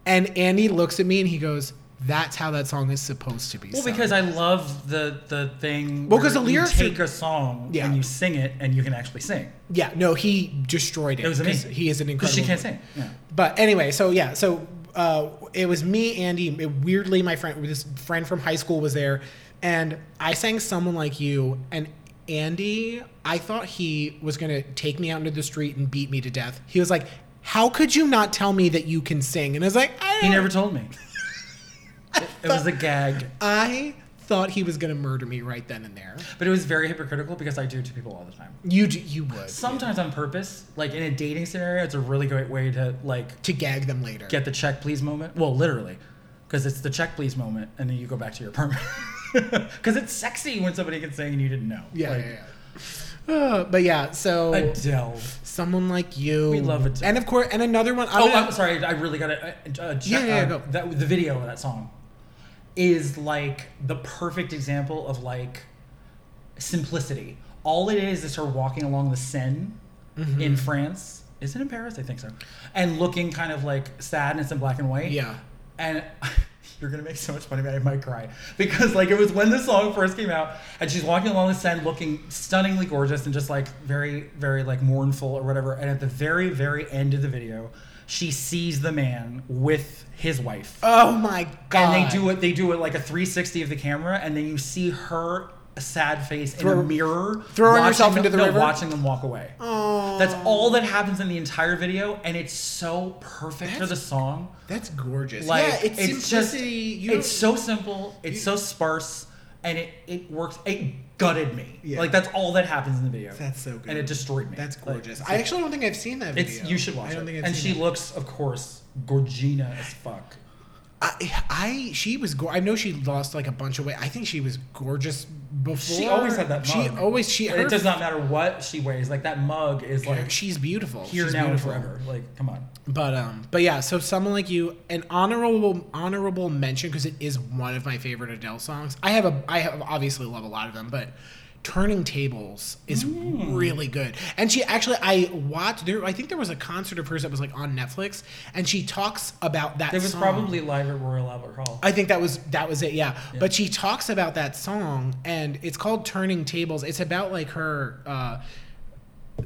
and Andy looks at me and he goes, "That's how that song is supposed to be." Well, sung." because I love the the thing. Well, where 'cause the you lyrics are- take a song Yeah. and you sing it, and you can actually sing. yeah, no, he destroyed it. It was 'cause amazing. He is an incredible. 'Cause she can't voice. sing. Yeah. But anyway, so yeah, so uh, it was me, Andy. it- weirdly, my friend, this friend from high school was there, and I sang "Someone Like You." And Andy, I thought he was gonna take me out into the street and beat me to death. He was like, "How could you not tell me that you can sing?" And I was like, "I He don't- never told me. it, it was a gag, I thought he was gonna murder me right then and there. but it was very hypocritical because I do it to people all the time. You do, you would Sometimes on purpose, like in a dating scenario, it's a really great way to like to gag them later. get the check please moment. Well, literally, because it's the check please moment, and then you go back to your apartment. Because it's sexy when somebody can sing and you didn't know. yeah, Like, yeah, yeah. Uh, but yeah, so Adele. someone like you. We love Adele. And of course, and another one. Oh, gonna- I'm sorry. I really got to. Uh, check, Yeah, yeah, yeah, uh, go. That, the video of that song is like the perfect example of like simplicity. All it is is her walking along the Seine Mm-hmm. in France. Is it in Paris? I think so. And looking kind of like sad, and it's in black and white. Yeah. And you're gonna make so much money, but I might cry because like it was when the song first came out, and she's walking along the Seine, looking stunningly gorgeous and just like very, very like mournful or whatever. And at the very, very end of the video, she sees the man with his wife, Oh my god! and they do it. They do it like a 360 of the camera, and then you see her sad face in Throw- a mirror, throwing watching herself them- into the no, river? watching them walk away. Oh, That's all that happens in the entire video, and it's so perfect for That's- the song. That's gorgeous. Like yeah, it's, just simplicity. you it's don't- so simple, it's so sparse, and it it works. It gutted me. Yeah. Like that's all that happens in the video. That's so good. And it destroyed me. that's Like, gorgeous. it's- I actually don't think I've seen that video. it's you should watch I don't it. think I've and she seen it. looks, of course, gorgina as fuck. I, I she was. Go- I know she lost like a bunch of weight. I think she was gorgeous before. She always had that mug. She always she. And her- it does not matter what she weighs. Like that mug is like she's beautiful. here she's now and beautiful. forever. Like come on. But um, but yeah. So someone like you, an honorable honorable mention because it is one of my favorite Adele songs. I have a I have obviously love a lot of them, but Turning Tables is Mm. really good. And she actually, I watched there. I think there was a concert of hers that was like on Netflix, and she talks about that. It was song. probably live at Royal Albert Hall. I think that was that was it, yeah. But she talks about that song, and it's called "Turning Tables." It's about like her. Uh,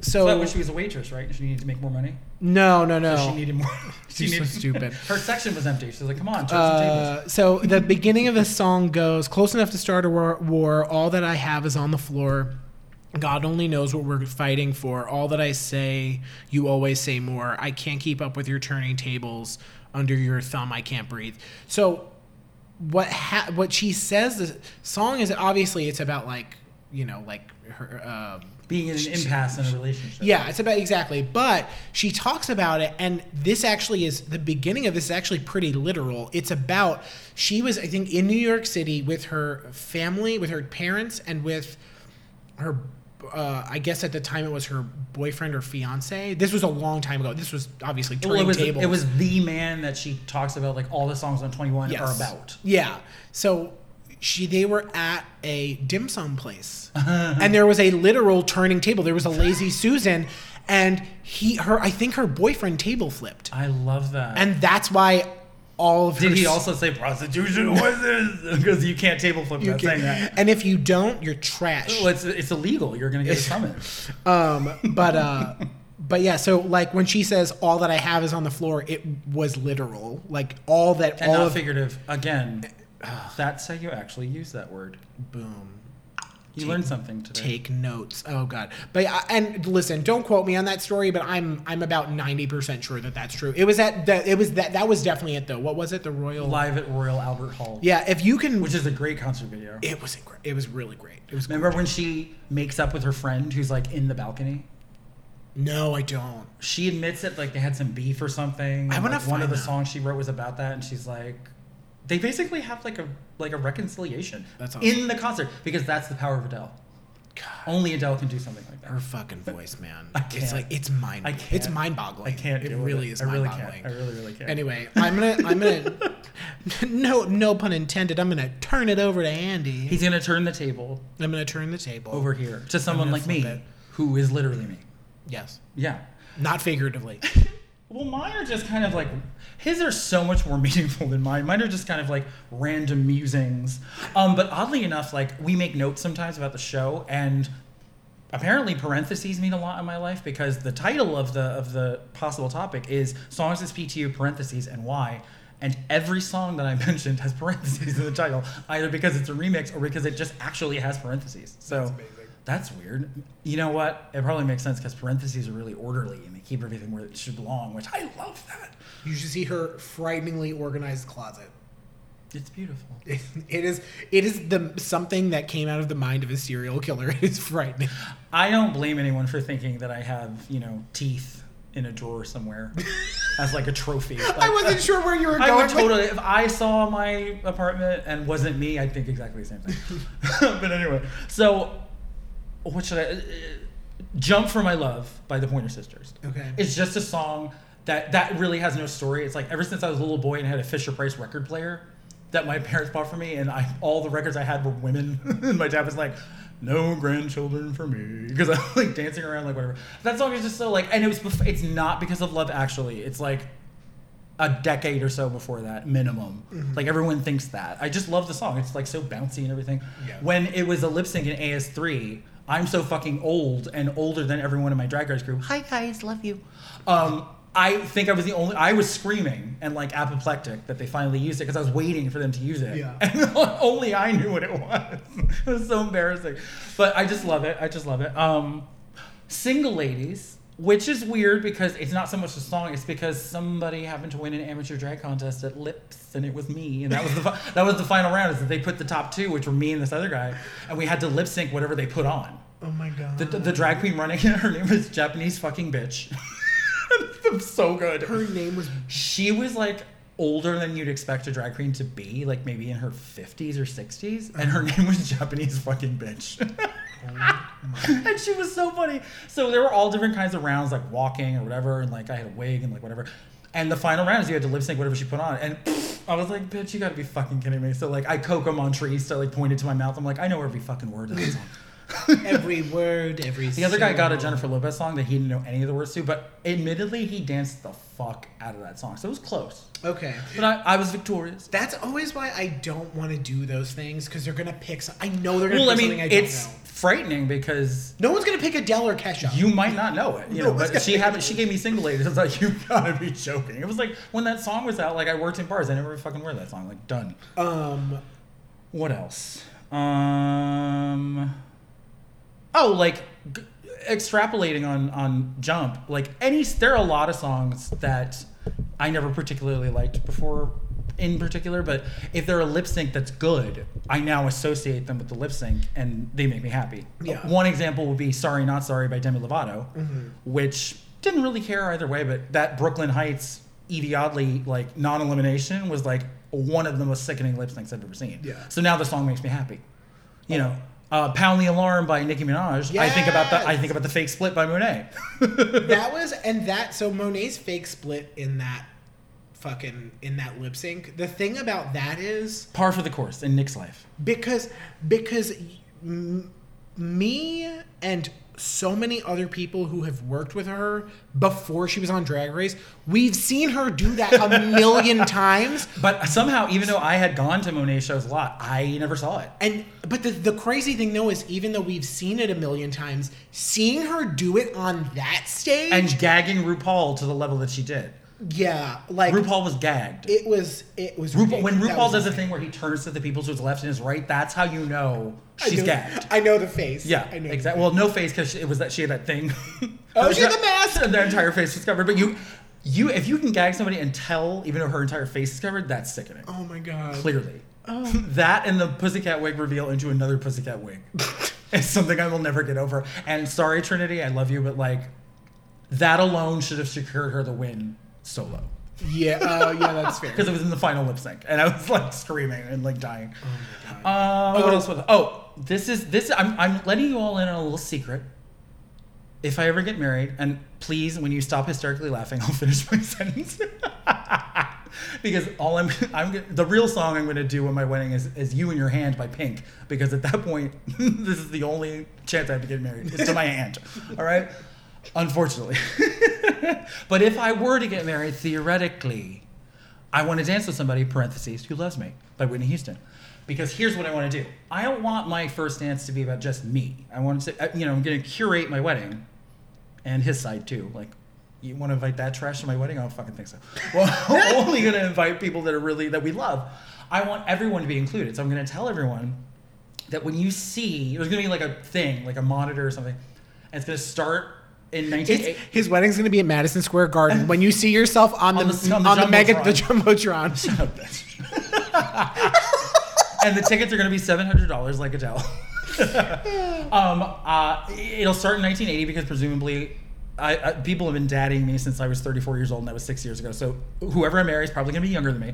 so So that was she was a waitress, right? She needed to make more money. no, no, no. So she needed more. she Oh. She's so needed, stupid. Her section was empty. She was like, "Come on, turn some tables." Uh, so the beginning of the song goes close enough to start a war, war all that i have is on the floor god only knows what we're fighting for all that i say you always say more i can't keep up with your turning tables under your thumb i can't breathe so what ha- what she says the song is obviously it's about like you know like her um, Being in an impasse in a relationship. yeah, it's about exactly. But she talks about it, and this actually is the beginning of this is actually pretty literal. It's about she was, I think, in New York City with her family, with her parents, and with her. Uh, I guess at the time it was her boyfriend or fiance. This was a long time ago. This was obviously turning Well, it was tables. it was the man that she talks about. Like all the songs on Twenty One are Yes. about. Yeah. So she they were at a dim sum place. Uh-huh. and there was a literal turning table. There was a lazy Susan and he her I think her boyfriend table flipped. I love that. And that's why all of her did he s- also say prostitution was this? Because you can't table flip you without can- saying that. And if you don't, you're trash. Well, it's, it's illegal. You're gonna get a summons. Um but uh But yeah, so like when she says all that I have is on the floor, it was literal. Like all that And all not of Eh, ah. figurative. Again, that's how you actually use that word. boom. You learned something today. take notes. Oh God! But I- and listen, don't quote me on that story, but I'm I'm about ninety percent sure that that's true. It was at the it was that that was definitely it though. What was it? The Royal. Live at Royal Albert Hall. Yeah, if you can, Which is a great concert video. it was incre- it was really great. It was Remember when she makes up with her friend who's like in the balcony? no, I don't. She admits it like they had some beef or something. I wanna and, like, one of find the that. songs she wrote was about that, and she's like, they basically have like a like a reconciliation That's awesome. in the concert because that's the power of Adele. God, Only Adele can do something like that. her fucking voice, man. I It's can't. like it's mind. I can't. It's mind boggling. I can't. It deal with really is I really mind can't. boggling. I really really can't. Anyway, I'm gonna I'm gonna no no pun intended. I'm gonna turn it over to Andy. he's gonna turn the table I'm gonna turn the table over here to someone gonna like me, flip it. who is literally me. Yes, Yeah. not figuratively. Well, mine are just kind of like his are so much more meaningful than mine. Mine are just kind of like random musings. Um, but oddly enough, like we make notes sometimes about the show, and apparently parentheses mean a lot in my life because the title of the of the possible topic is songs that speak to you parentheses and why. And every song that I mentioned has parentheses in the title, either because it's a remix or because it just actually has parentheses. So that's, weird. You know what? It probably makes sense because parentheses are really orderly and they keep everything where it should belong, which I love that. You should see her frighteningly organized closet. It's beautiful. It is it is the something that came out of the mind of a serial killer. It is frightening. I don't blame anyone for thinking that I have, you know, teeth in a drawer somewhere as like a trophy. I Like, wasn't sure where you were going. I would with- totally. If I saw my apartment and wasn't me, I'd think exactly the same thing. but anyway, so what should I? uh, Jump for My Love by the Pointer Sisters. Okay. It's just a song that that really has no story. It's like ever since I was a little boy and had a Fisher Price record player that my parents bought for me, and I all the records I had were women, and my dad was like. No grandchildren for me, because I'm like dancing around like whatever. That song is just so like, and it was. Bef- it's not because of love actually. It's like a decade or so before that minimum. Like everyone thinks that. I just love the song. It's like so bouncy and everything. Yeah. When it was a lip sync in AS3, I'm so fucking old and older than everyone in my drag race group. Hi guys, love you. Um, I think I was the only. I was screaming and like apoplectic that they finally used it because I was waiting for them to use it. Yeah. And only I knew what it was. it was so embarrassing. But I just love it. I just love it. Um, single ladies, which is weird because it's not so much a song, it's because somebody happened to win an amateur drag contest at Lips, and it was me, and that was the fi- that was the final round. Is that they put the top two, which were me and this other guy, and we had to lip sync whatever they put on. Oh my god. The, the drag queen running, her name was Japanese fucking bitch. so good. her name was She was like older than you'd expect a drag queen to be, like maybe in her 50s or 60s, and her name was Japanese fucking bitch. and she was so funny. So there were all different kinds of rounds, like walking or whatever, and like I had a wig and like whatever. And the final round is you had to lip sync whatever she put on. And I was like, bitch, you gotta be fucking kidding me. So like I Coco Montrese, so like pointed to my mouth. I'm like, I know every fucking word of this song. every word, every. The other guy got a Jennifer Lopez song that he didn't know any of the words to, but admittedly, he danced the fuck out of that song. So it was close. Okay. But I, I was victorious. That's always why I don't want to do those things because they're gonna pick. Some, I know they're gonna Well, I pick mean, something I don't it's know. frightening because No one's gonna pick Adele or Kesha. you might not know it. You No, know, it's but gotta she be- had she gave me single ladies. I was like, you gotta be joking. It was like when that song was out, like I worked in bars. I never fucking heard that song. Like done. um. What else? Um. Oh, like g- extrapolating on on jump. Like any, there are a lot of songs that I never particularly liked before, in particular. But if they're a lip sync that's good, I now associate them with the lip sync, and they make me happy. Yeah. One example would be "Sorry Not Sorry" by Demi Lovato, which didn't really care either way. But that Brooklyn Heights Evie Oddly like non-elimination was like one of the most sickening lip syncs I've ever seen. Yeah. So now the song makes me happy. You know, uh, "Pound the Alarm" by Nicki Minaj. I think about that. I think about the fake split by Monet. that was and that so Monet's fake split in that fucking in that lip sync. The thing about that is Par for the course in Nick's life. because because m- me and so many other people who have worked with her before she was on Drag Race, we've seen her do that a million times. But somehow, even though I had gone to Monet shows a lot, I never saw it. And but the, the crazy thing though is even though we've seen it a million times, seeing her do it on that stage, And gagging RuPaul to the level that she did. yeah, like RuPaul was gagged. it was it was RuPaul, when ridiculous. That RuPaul was does a thing where he turns to the people to his left and his right, that's how you know I she's know- gagged. I know the face. Yeah, I know exactly. Well, no face because it was that she had that thing. Oh, That she had the mask! And their entire face was covered. But you, you, if you can gag somebody and tell, even though her entire face is covered, that's sickening. Oh my god. Clearly, that and the pussycat wig reveal into another pussycat wig is something I will never get over. And sorry, Trinity, I love you, but like that alone should have secured her the win solo Yeah. Oh yeah, that's fair. because it was in the final lip sync, and I was like screaming and like dying. Oh my Uh, what Oh. else was? Oh, this is this. I'm I'm letting you all in on a little secret. If I ever get married, and please, when you stop hysterically laughing, I'll finish my sentence. because all I'm I'm gonna- the real song I'm going to do when my wedding is is "You in Your Hand" by Pink. Because at that point, this is the only chance I have to get married. It's to my hand. All right. Unfortunately, but if I were to get married, theoretically, I want to dance with somebody, parentheses, who loves me, by Whitney Houston. Because here's what I want to do. I don't want my first dance to be about just me. I want to, I- you know, I'm going to curate my wedding and his side too. Like, you want to invite that trash to my wedding? I don't fucking think so. Well, I'm only going to invite people that are really, that we love. I want everyone to be included. So I'm going to tell everyone that when you see, there's going to be like a thing, like a monitor or something, and it's going to start in 1980. It's, his wedding's gonna be at Madison Square Garden. When you see yourself on the On on the- the, on the mega the Jumbotron. jumbotron, Shut up, bitch. and the tickets are going to be seven hundred dollars, like Adele. um, uh, it'll start in nineteen eighty because presumably. I, I, people have been daddying me since I was 34 years old, and that was six years ago. So whoever I marry is probably going to be younger than me.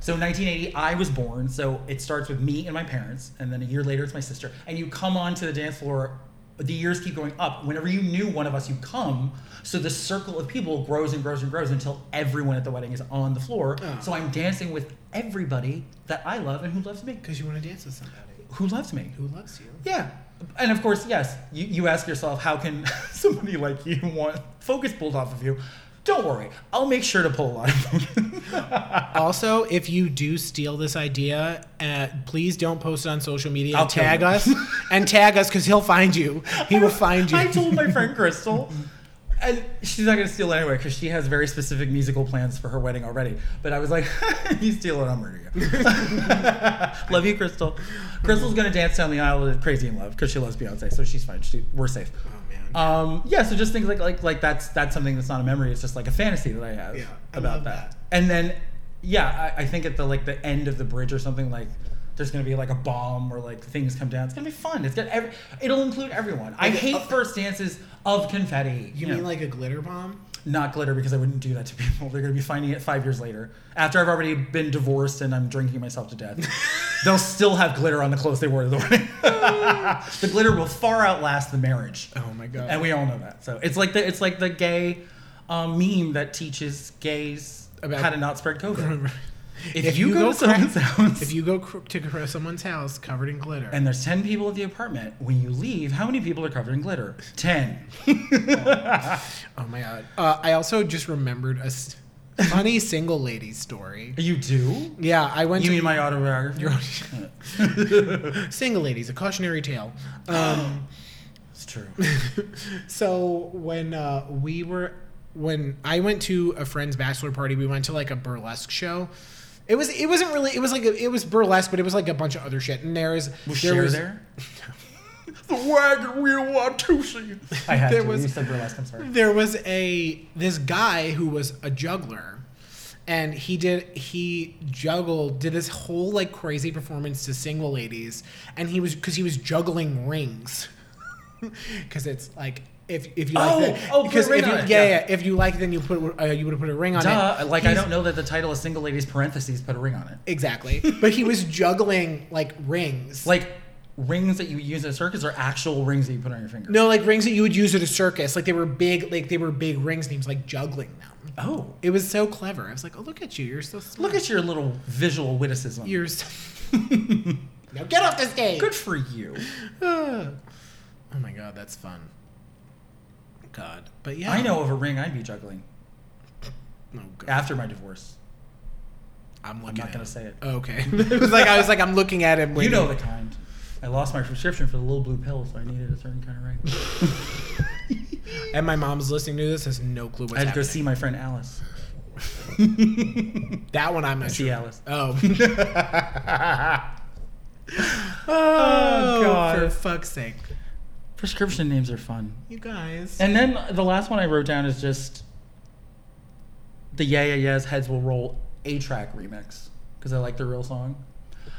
So 1980, I was born. So it starts with me and my parents, and then a year later, it's my sister. And you come onto the dance floor. The years keep going up. Whenever you knew one of us, you come. So the circle of people grows and grows and grows until everyone at the wedding is on the floor. Oh. So I'm dancing with everybody that I love and who loves me because you want to dance with somebody who loves me. who loves you. Yeah. And of course, yes, you, you ask yourself, how can somebody like you want focus pulled off of you? Don't worry, I'll make sure to pull a lot of focus. Also, if you do steal this idea, uh, please don't post it on social media. I'll and kill tag you. us and tag us because he'll find you. He will find you. I told my friend Crystal, and she's not going to steal anyway because she has very specific musical plans for her wedding already. But I was like, if you steal it, I'll murder you. love you, Crystal. Crystal's going to dance down the aisle with Crazy in Love because she loves Beyonce, so she's fine. She, we're safe. oh man. Um, yeah, so just things like like like that's that's something that's not a memory. It's just like a fantasy that I have Yeah, I about love that. that. And then, yeah, I, I think at the like the end of the bridge or something like there's gonna be like a bomb or like things come down. It's gonna be fun. It's gonna every, it'll include everyone. I Okay, hate uh, first dances of confetti. you mean like a glitter bomb? not glitter because I wouldn't do that to people. They're gonna be finding it five years later after I've already been divorced and I'm drinking myself to death. They'll still have glitter on the clothes they wore to the wedding. the glitter will far outlast the marriage. Oh my god. And we all know that. So it's like the it's like the gay um, meme that teaches gays About- how to not spread COVID. If, you, go, to cra- someone's house if you go cr- to cr- someone's house covered in glitter, and there's 10 people at the apartment, when you leave, how many people are covered in glitter? 10. oh my god! Uh, I also just remembered a s- funny single lady story. You do? Yeah, I went You to mean my autobiography? Your- single ladies, a cautionary tale. Um, it's true. so when uh, we were when I went to a friend's bachelor party, we went to like a burlesque show. It was it wasn't really it was like a, it was burlesque, but it was like a bunch of other shit. And there is Was there Cher was there? the wagon wheel Watusi. I had There to. was- you said burlesque. I'm sorry. there was a this guy who was a juggler and he did he juggled did this whole like crazy performance to single ladies and he was because he was juggling rings because it's like if, if you like Oh, that, oh, put a because ring if you, on it, yeah, yeah. yeah if you like then you put uh, you would have put a ring on Duh. it Like, I He's- don't know that the title of Single Ladies parentheses put a ring on it. exactly but he was juggling like rings Like, rings that you use in a circus are actual rings that you put on your finger. no like rings that you would use at a circus like they were big like they were big rings and he was like juggling them Oh. it was so clever I was like oh look at you you're so smart. Look at your little visual witticism. years. now get off this game. Good for you. Ah. oh my god, that's fun. God, but yeah, I know of a ring I'd be juggling Oh god, after my divorce. I'm I'm looking. not at gonna say it. Oh, okay, it was like I was like I'm looking at him. You waiting. know the kind. I lost my prescription for the little blue pill, so I needed a certain kind of ring. and my mom's listening to this has no clue what's I had to go happening. see my friend Alice. that one, I'm not See sure. Alice. Oh. oh, God. For fuck's sake, Prescription names are fun. you guys. And then the last one I wrote down is just the Yeah Yeah Yeahs Heads Will Roll A Track remix because I like the real song.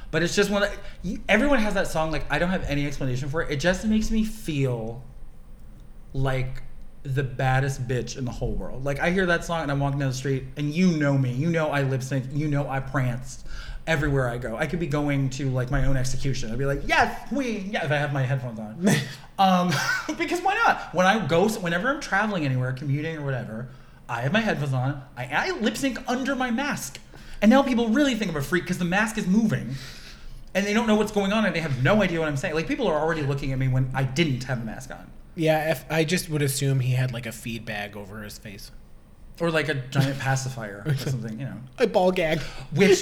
But it's just one that you- everyone has that song. Like I don't have any explanation for it. It just makes me feel like the baddest bitch in the whole world. Like I hear that song and I'm walking down the street and you know me. You know I lip sync. You know I prance everywhere I go. I could be going to like my own execution. I'd be like, yes, queen. Yeah, if I have my headphones on. um, because why not? When I go, whenever I'm traveling anywhere, commuting or whatever, I have my headphones on. I, I lip sync under my mask. And now people really think I'm a freak because the mask is moving and they don't know what's going on and they have no idea what I'm saying. Like people are already looking at me when I didn't have a mask on. yeah, if, I just would assume he had like a feed bag over his face, or like a giant pacifier or something, you know. a ball gag. Which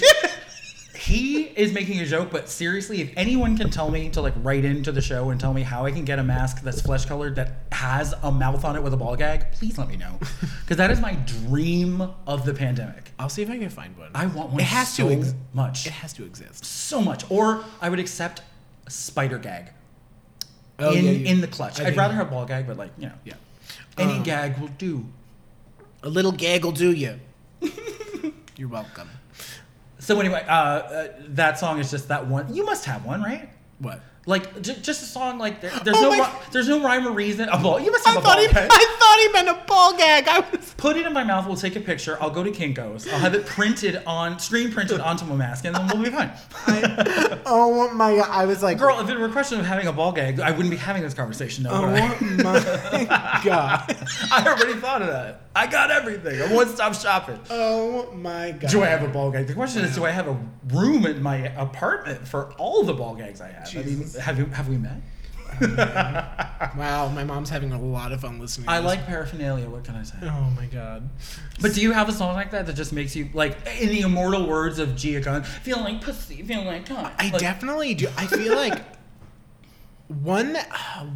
he is making a joke, but seriously, if anyone can tell me to like write into the show and tell me how I can get a mask that's flesh colored that has a mouth on it with a ball gag, please let me know, because that is my dream of the pandemic. I'll see if I can find one. I want one. It has so to. Ex- much, it has to exist. so much. Or I would accept a spider gag Oh, in yeah, you- in the clutch. I I'd think- rather have ball gag, but like you know, Yeah. any Um, gag will do. A little gag will do you. You're welcome. So anyway, uh, uh, that song is just that one. You must have one, right? What? Like j- just a song like there, there's Oh no my- ri- there's no rhyme or reason. A ball. You must have I a ball. thought, he, okay? I thought he meant a ball gag. I was. Put it in my mouth. We'll take a picture. I'll go to Kinkos. I'll have it printed on screen printed onto my mask, and then we'll be fine. Oh my god! I was like, Girl, if it were a question of having a ball gag, I wouldn't be having this conversation. No, Oh would I? my god! I already thought of that. I got everything. I'm one stop shopping. Oh my god! Do I have a ball gag? The question is, do I have a room in my apartment for all the ball gags I have? I mean, Jesus. have you have we met? Wow, my mom's having a lot of fun listening. to I this. like paraphernalia. What can I say? Oh my god! But do you have a song like that that just makes you like in the immortal words of Gia Gunn, feeling like pussy, feeling like cum? I like, definitely do. I feel like one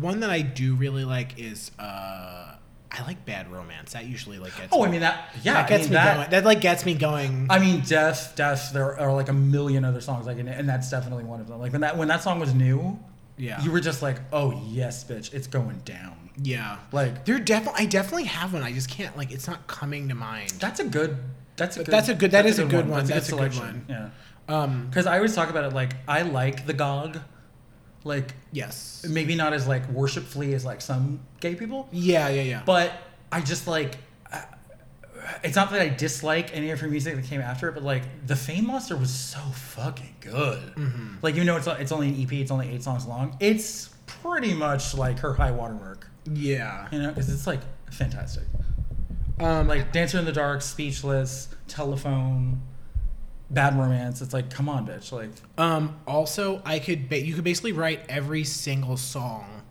one that I do really like is uh I like Bad Romance. That usually like gets Oh, me. I mean that. Yeah, that I gets mean me that. going. That like gets me going. I mean, death, death. There are like a million other songs like, and that's definitely one of them. Like when that when that song was new, yeah, you were just like, oh yes, bitch, it's going down. yeah. Like There definitely, I definitely have one. I just can't like it's not coming to mind. that's a good. That's a good. that's a good- that is a good one. That's, a good, selection. one. Yeah. Um, Because I always talk about it like I like the Gog, like yes. maybe not as like worshipfully as like some gay people, Yeah, yeah, yeah. but I just like I- it's not that I dislike any of her music that came after it, but like the Fame Monster was so fucking good. Like you know, it's it's only an EP, it's only eight songs long. It's pretty much like her high watermark, yeah. you know, because it's like fantastic. Um, like Like Dancer in the Dark, Speechless, Telephone, bad romance. It's like, come on, bitch. Like, Um, also, I could ba- you could basically write every single song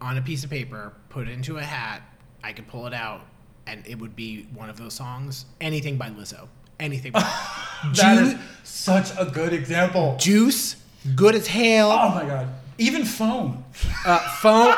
on a piece of paper, put it into a hat. I could pull it out, and it would be one of those songs. Anything by Lizzo. Anything. By- that Ju- is such a good example. Juice. Good as hell. oh my god. Even phone. Uh, phone.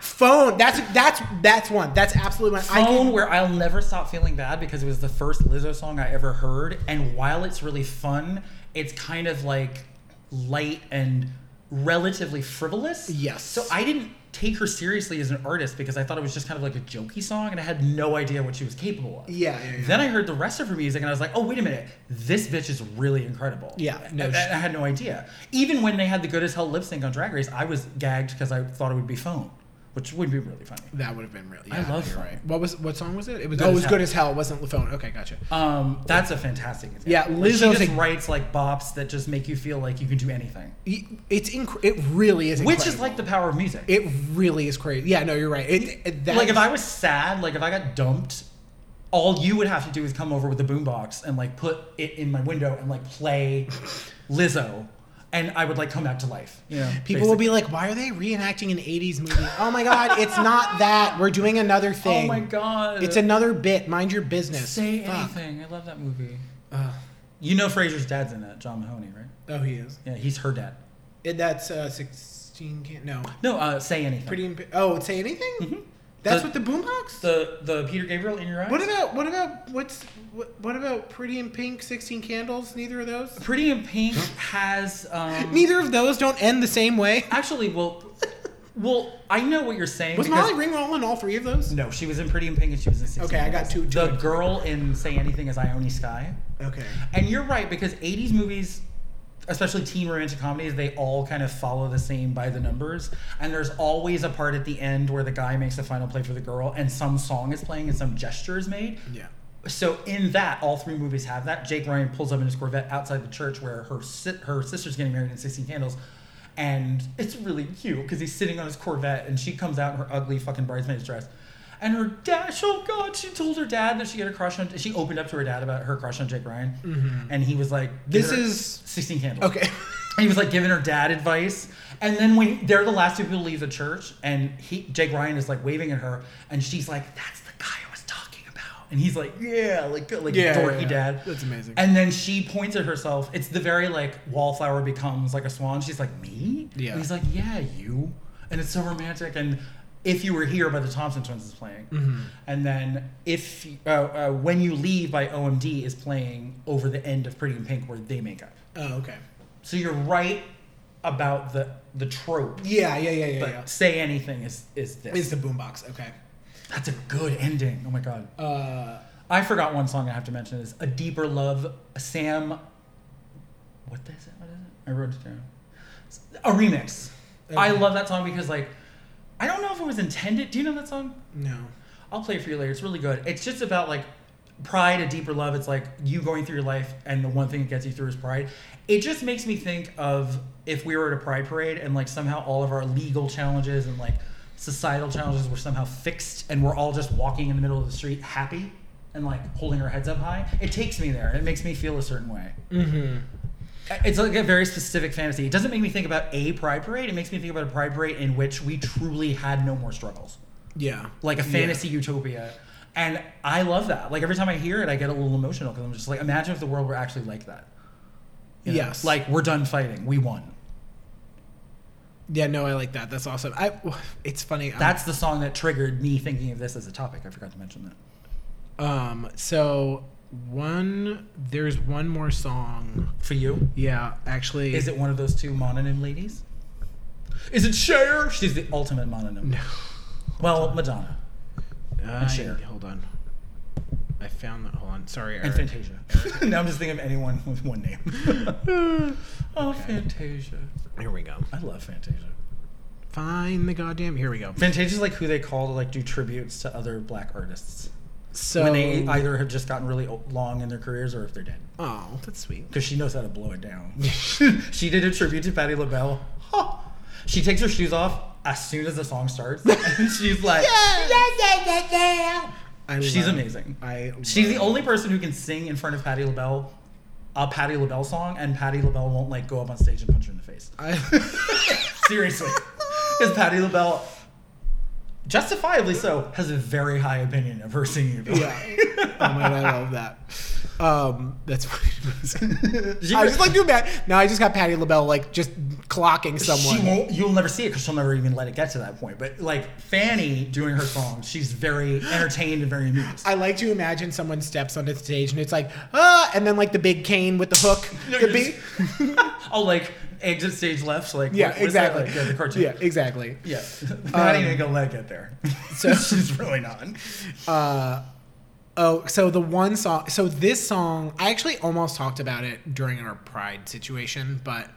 Phone. That's that's that's one. That's absolutely one. I could- Phone, where I'll never stop feeling bad because it was the first Lizzo song I ever heard. And while it's really fun, it's kind of like light and relatively frivolous. Yes. So I didn't take her seriously as an artist because I thought it was just kind of like a jokey song and I had no idea what she was capable of. yeah. yeah, yeah. Then I heard the rest of her music and I was like, oh, wait a minute. This bitch is really incredible. Yeah, no, No, I, I had no idea. Even when they had the good as hell lip sync on Drag Race, I was gagged because I thought it would be phone, which would be really funny. That would have been really. I Yeah, love you're Phone. right. What was what song was it? It was Good oh, it as was Hell. good as hell. It wasn't the phone. Okay, gotcha. Um, that's a fantastic example. Yeah, Like, she Lizzo's just a- writes like bops that just make you feel like you can do anything, Y- It's inc- it really is. which is incredible. like the power of music. It really is crazy. Yeah, no, you're right. It, it that like if I was sad, like if I got dumped, all you would have to do is come over with a boombox and like put it in my window and like play Lizzo, and I would like come back to life. You know, people will be like, why are they reenacting an '80s movie? Oh my god, it's not that. We're doing another basically. thing. oh my god, It's another bit. Mind your business. say Fuck. anything. I love that movie. Ugh. You know, Fraser's dad's in that, John Mahoney, right? oh, he is. Yeah, he's her dad. It, that's uh, 16. Can- no, No, uh, say anything. pretty. Imp- oh, say anything. That's with the boombox. Mm-hmm. the the Peter Gabriel in your eyes. what about what about what's what, what about Pretty in Pink, Sixteen Candles? Neither of those. Pretty in Pink has um, Neither of those don't end the same way. actually. Well, well, I know what you're saying. Was because- Molly Ringwald in all three of those? No, she was in Pretty in Pink and she was in. 16 Okay, I got two- Candles. two The girl in Say Anything is Ione Sky, Okay. and you're right because '80s movies, especially teen romantic comedies, they all kind of follow the same by the numbers. And there's always a part at the end where the guy makes a final play for the girl, and some song is playing and some gesture is made. Yeah. So in that, all three movies have that. Jake Ryan pulls up in his Corvette outside the church where her si- her sister's getting married in Sixteen Candles, and it's really cute because he's sitting on his Corvette and she comes out in her ugly fucking bridesmaid's dress, and her dad. Oh God, she told her dad that she had a crush on. She opened up to her dad about her crush on Jake Ryan, and he was like, give Mm-hmm. This her is- Sixteen Candles." Okay. And he was like giving her dad advice. And then when they're the last two people to leave the church, and he Jake Ryan is like waving at her, and she's like, "That's the guy I was talking about." And he's like, "Yeah, like like Yeah, dorky yeah, yeah. dad." That's amazing. And then she points at herself. It's the very like wallflower becomes like a swan. She's like, "Me?" Yeah. And he's like, "Yeah, you." And it's so romantic. And if you were here by the Thompson Twins is playing, Mm-hmm. and then if uh, uh, when you leave by OMD is playing over the end of Pretty in Pink where they make up. Oh, okay. So you're right about the the trope. Yeah, yeah, yeah, yeah, But yeah. say anything is is this. It's the boombox. Okay. That's a good ending. Oh my god. Uh, I forgot one song I have to mention is A Deeper Love Sam What is it? What is it? I wrote it down. A remix. I Okay. love that song because like I don't know if it was intended. Do you know that song? no. I'll play it for you later. It's really good. It's just about like pride, a deeper love. It's like you going through your life, and the one thing that gets you through is pride. It just makes me think of if we were at a pride parade and like somehow all of our legal challenges and like societal challenges were somehow fixed, and we're all just walking in the middle of the street happy and like holding our heads up high. It takes me there. It makes me feel a certain way. Mm-hmm. It's like a very specific fantasy. It doesn't make me think about a pride parade. It makes me think about a pride parade in which we truly had no more struggles Yeah. like a fantasy utopia. And I love that. Like every time I hear it, I get a little emotional because I'm just like, imagine if the world were actually like that. You know? Yes. Like we're done fighting. We won. Yeah. No, I like that. That's awesome. I. It's funny. um, I'm- That's the song that triggered me thinking of this as a topic. I forgot to mention that. Um. So one. There's one more song. For you, Yeah. Actually. is it one of those two mononym ladies? Is it Cher? She's the ultimate mononym. No. Well, Madonna I, Cher. hold on. I found that. Hold on. Sorry. and Eric. Fantasia. now I'm just thinking of anyone with one name. oh, Fantasia. Here we go. I love Fantasia. Find the goddamn. Here we go. Vintage is like who they call to like do tributes to other black artists So. when they either have just gotten really o- long in their careers or if they're dead. oh, that's sweet. Because she knows how to blow it down. she did a tribute to Patti LaBelle. Huh. She takes her shoes off as soon as the song starts, and she's like, I she's love- amazing. I. She's love- the only person who can sing in front of Patti LaBelle a Patti LaBelle song, and Patti LaBelle won't like go up on stage and punch her in the face. I, Seriously, because Patti LaBelle, justifiably so, has a very high opinion of her singing ability. yeah. Oh my god, I love that. Um, that's funny. She- I just like to imagine. Now I just got Patty LaBelle like just clocking someone. She won't. You'll never see it because she'll never even let it get to that point. But like Fanny doing her song, she's very entertained and very amused. I like to imagine someone steps onto the stage and it's like ah, and then like the big cane with the hook. No, The you're big- oh, like exit stage left, like yeah, what- what is that, exactly. like, yeah, the cartoon. yeah, exactly. Yeah, Patty ain't gonna let it get there. so- she's really not. uh, oh, so the one song, so this song, I actually almost talked about it during our Pride situation, but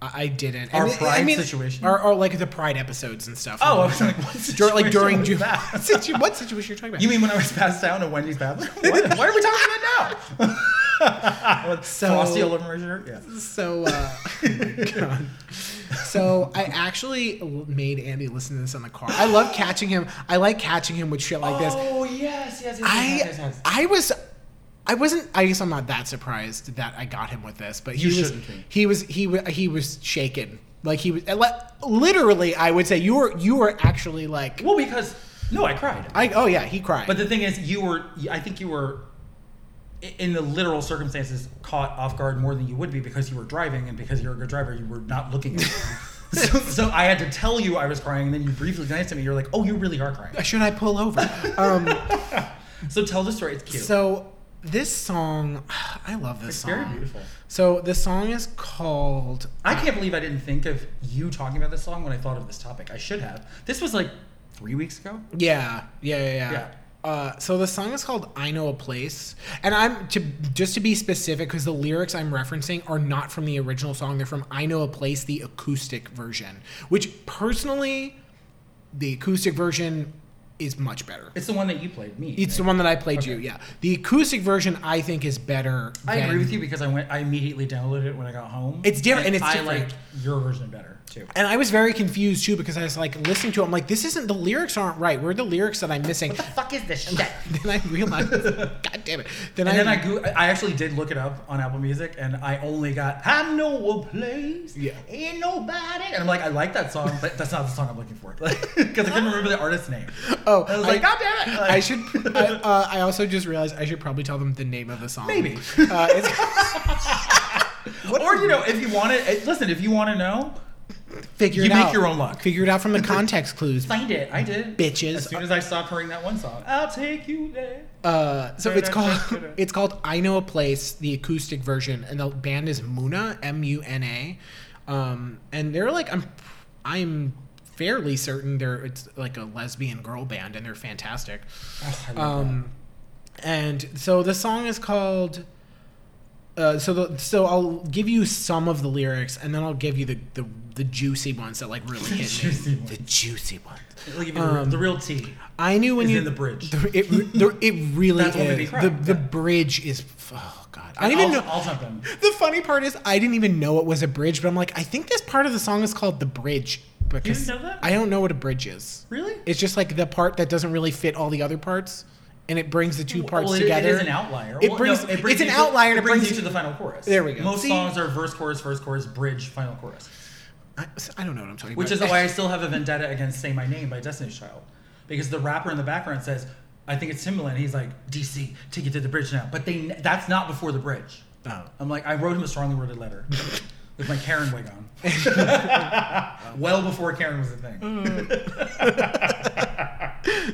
I I didn't. Our I mean, I Pride mean, situation? or, or like the Pride episodes and stuff. Oh, I was like, what Dur- like situation during was June. that? Situ- what situation are you talking about? You mean when I was passed out at Wendy's bathroom? What, what are we talking about now? With So- Frosty all over my shirt. Yeah. so, uh, God. so I actually l- made Andy listen to this on the car. I love catching him. I like catching him with shit like this. Oh yes, yes, yes, yes, yes, I yes. I was I wasn't I guess I'm not that surprised that I got him with this, but he You was shouldn't be. he was he was he was shaken. Like he was li- literally I would say you were you were actually like Well, because no, I cried. I oh yeah, he cried. But the thing is, you were, I think you were, i- in the literal circumstances, caught off guard more than you would be because you were driving and because you're a good driver, you were not looking. At me. so, so I had to tell you I was crying, and then you briefly glanced at me. You're like, "Oh, you really are crying." should I pull over? Um So tell the story. It's cute. so this song I love this It's song. very beautiful. So the song is called I can't believe I didn't think of you talking about this song when I thought of this topic. I should have. This was like three weeks ago. Yeah, yeah, yeah. yeah. Uh, so the song is called "I Know a Place," and I'm to just to be specific because the lyrics I'm referencing are not from the original song; they're from "I Know a Place," the acoustic version. Which personally, the acoustic version is much better. It's the one that you played me. It's the one that I played you. Yeah, the acoustic version I think is better. I than- agree with you because I went. I immediately downloaded it when I got home. It's different, and it's I different. liked your version better too. And I was very confused too because I was like listening to it. I'm like, this isn't the lyrics aren't right. Where are the lyrics that I'm missing? fuck is this shit? then I realized, God damn it! Then And I then I, go- I actually did look it up on Apple Music, and I only got "I know a place, Yeah. ain't nobody," and I'm like, I like that song, but that's not the song I'm looking for because I couldn't remember the artist's name. Oh, I was like, "God damn it!" Like- I should. I, uh, I also just realized I should probably tell them the name of the song. Maybe. Uh, it's or you know, if you want to listen, if you want to know, figure You it make out. your own luck. Figure it out from the context clues. find it. I did, Bitches. As soon as I stopped hearing that one song, I'll take you there. Uh, so it's called Da-da-da-da-da. it's called I Know a Place, the acoustic version, and the band is Muna M U N A, um, and they're like I'm I'm fairly certain they're it's like a lesbian girl band, and they're fantastic. Oh, I love Um, and so the song is called. Uh, so the, so I'll give you some of the lyrics, and then I'll give you the the, the juicy ones that like really hit juicy me. ones. The juicy ones. that. It'll give you the- um, the real tea. I knew when Is you in the bridge. the- it the- it really That's what made me is. cry, The the yeah. bridge is oh god. I didn't even I'll, know. I'll jump in. The funny part is I didn't even know it was a bridge, but I'm like I think this part of the song is called the bridge because know that? I don't know what a bridge is. Really? It's just like the part that doesn't really fit all the other parts, and it brings the two parts well, it- together. It is an outlier. It Well, brings- no, it it's an you outlier and To, it brings you brings- to the final chorus. There we go. Most See? songs are verse, chorus, verse, chorus, bridge, final chorus, I, I don't know what I'm talking which is about. why I still have a vendetta against "Say My Name" by Destiny's Child, because the rapper in the background says, "I think it's Timbaland." He's like, "DC, take it to the bridge now," but they—that's not before the bridge. Oh. I'm like, I wrote him a strongly worded letter with my Karen wig on, well before Karen was a thing. Mm.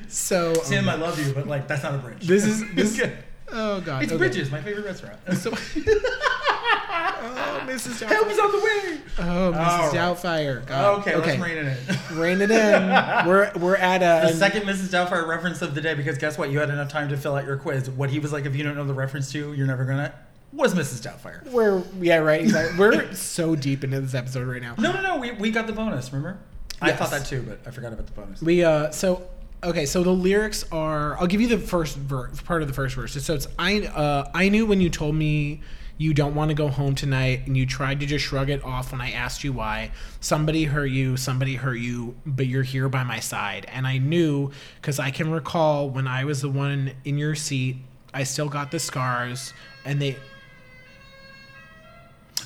So um, Tim, I love you, but like, that's not a bridge. this is this. Yeah. oh god, it's okay. Bridges, my favorite restaurant. So, oh, Mrs. Help Doubtfire. is on the way. Oh, Mrs. All right. Doubtfire. God. Okay, let's rein it in. Rein it in. We're we're at a The second Mrs. Doubtfire reference of the day, because guess what? You had enough time to fill out your quiz. What he was like, if you don't know the reference to, you're never gonna. Was Mrs. Doubtfire? We're yeah right. Exactly. We're so deep into this episode right now. No, no, no. We, we got the bonus. Remember? I Yes. thought that too, but I forgot about the bonus. We uh so okay so the lyrics are I'll give you the first ver- part of the first verse. So it's I uh I knew when you told me you don't want to go home tonight and you tried to just shrug it off when I asked you why. Somebody hurt you, somebody hurt you, but you're here by my side. And I knew cuz I can recall when I was the one in your seat, I still got the scars and they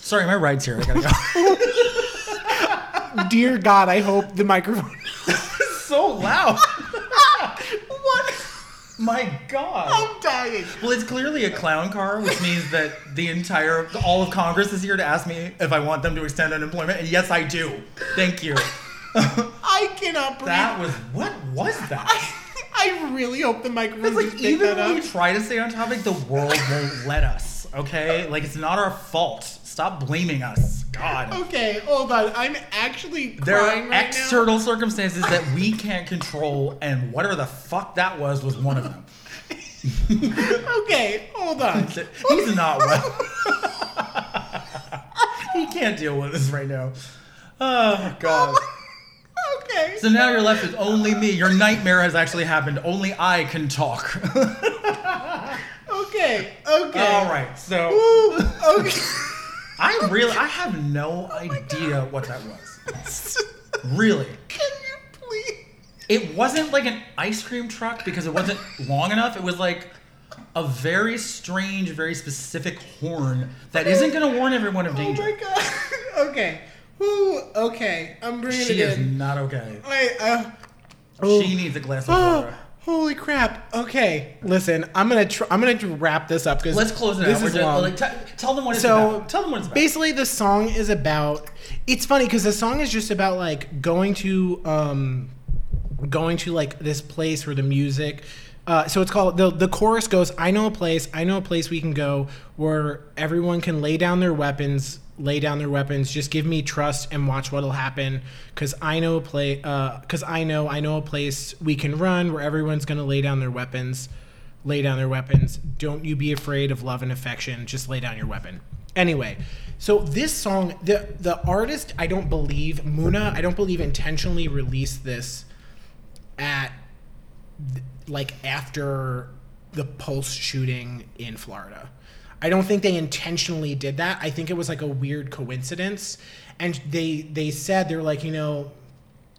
Sorry, my ride's here. I gotta go. Dear God, I hope the microphone. so loud. what? My God. I'm dying. Well, it's clearly a clown car, which means that the entire, all of Congress is here to ask me if I want them to extend unemployment, and yes, I do. Thank you. I cannot breathe. that was what was I, that? I really hope the microphone It's just like picked even that when we up. try to stay on topic, the world won't let us. Okay, like it's not our fault. Stop blaming us. God. Okay, hold on. I'm actually There crying are right external circumstances that we can't control, and whatever the fuck that was was one of them. now. Okay, hold on. He's not well. he can't deal with this right now. Oh god. okay. So now you're left with only me. Your nightmare has actually happened. Only I can talk. Okay. Okay. All right. So Ooh, okay. I really I have no idea what that was. Really. Can you please? It wasn't like an ice cream truck because it wasn't long enough. It was like a very strange, very specific horn that isn't going to warn everyone of Oh danger. my God. Okay. Ooh. Okay. I'm bringing she it is in. not okay. I. Uh, She needs a glass of Oh, water. holy crap! Okay, listen, I'm gonna tr- I'm gonna wrap this up because Let's close it this out. We're is done. long. Like, t- tell them what it's So, about. Tell them what it's about. Basically, the song is about. It's funny because the song is just about like going to um, going to like this place where the music. Uh, so it's called the the chorus goes. I know a place. I know a place we can go where everyone can lay down their weapons. Lay down their weapons. Just give me trust and watch what'll happen. Cause I know a place. Uh, Cause I know I know a place we can run where everyone's gonna lay down their weapons lay down their weapons. Don't you be afraid of love and affection. Just lay down your weapon. Anyway, so this song, the the artist, I don't believe Muna, I don't believe intentionally released this at th- like after the Pulse shooting in Florida. I don't think they intentionally did that. I think it was like a weird coincidence. And they they said they're like, you know,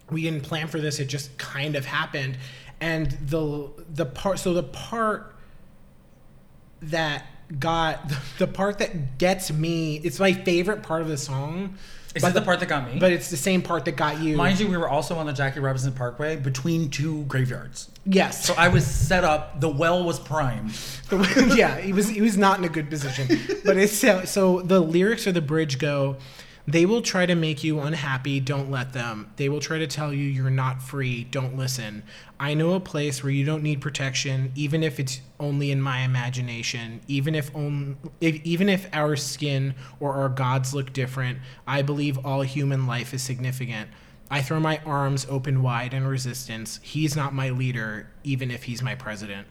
we didn't plan for this. It just kind of happened. And the the part so the part that got the part that gets me it's my favorite part of the song. Is but it the part that got me? but it's the same part that got you. Mind you, we were also on the Jackie Robinson Parkway between two graveyards. yes. So I was set up. The well was primed. The- yeah, he was he was not in a good position. But it's so, so the lyrics or the bridge go, they will try to make you unhappy, don't let them. They will try to tell you you're not free, don't listen. I know a place where you don't need protection, even if it's only in my imagination, even if on, if, even if our skin or our gods look different, I believe all human life is significant. I throw my arms open wide in resistance. He's not my leader, even if he's my president.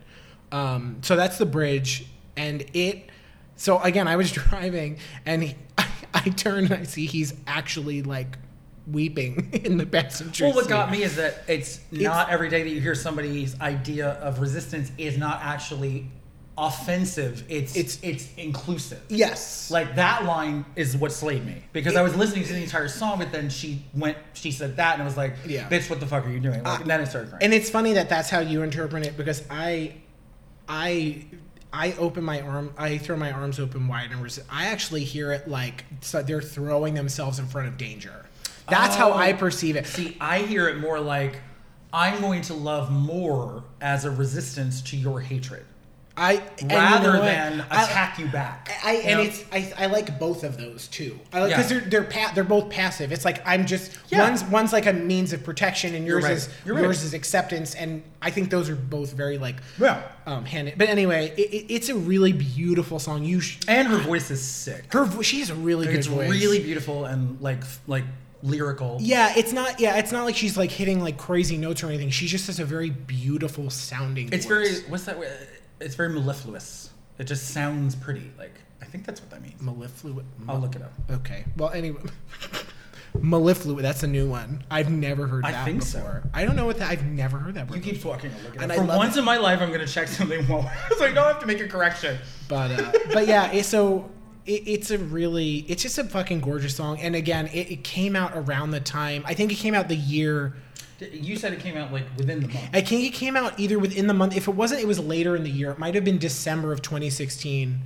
Um, so that's the bridge, and it. So again, I was driving, and he, I, turn and I see he's actually like weeping in the passenger Well, what seat. got me is that it's not every day that you hear somebody's idea of resistance is not actually offensive. It's It's- it's it's inclusive. Yes. Like that line is what slayed me because I was listening to the entire song, but then she went, she said that, and I was like, Yeah. Ah. "Bitch, what the fuck are you doing?" Like, and then I started crying. and it's funny that that's how you interpret it because I, I, I open my arm. I throw my arms open wide and resist. I actually hear it like so they're throwing themselves in front of danger. That's how Oh. I perceive it. See, I hear it more like, "I'm going to love more as a resistance to your hatred, I and you know rather what? than I- attack you back." I You and know? it's I, I like both of those too. I like because Yeah. they're they're pa- they're both passive. It's like I'm just Yeah. one's one's like a means of protection and yours right. is You're right. yours is acceptance and I think those are both very like Yeah. um hand but anyway it, it, it's a really beautiful song. You sh- and her voice is sick. her vo- she has a really good it's voice. really beautiful and like f- like lyrical. yeah, it's not yeah it's not like she's like hitting like crazy notes or anything. She just has a very beautiful sounding. It's voice. very what's that? word? It's very mellifluous. It just sounds pretty. Like I think that's what that means. mellifluous. I'll look it up. Okay. Well, anyway, mellifluous. That's a new one. I've never heard I that think so. before. I don't know what that. I've never heard that. You Word keep before. talking. I'll look it And up. I For love once in my life, I'm gonna check something while so I don't have to make a correction. But uh, but yeah. It, so it, it's a really. It's just a fucking gorgeous song. And again, it, it came out around the time. I think it came out the year. D- You said it came out like within the month. I think it came out either within the month. If it wasn't, it was later in the year. It might have been December of 2016.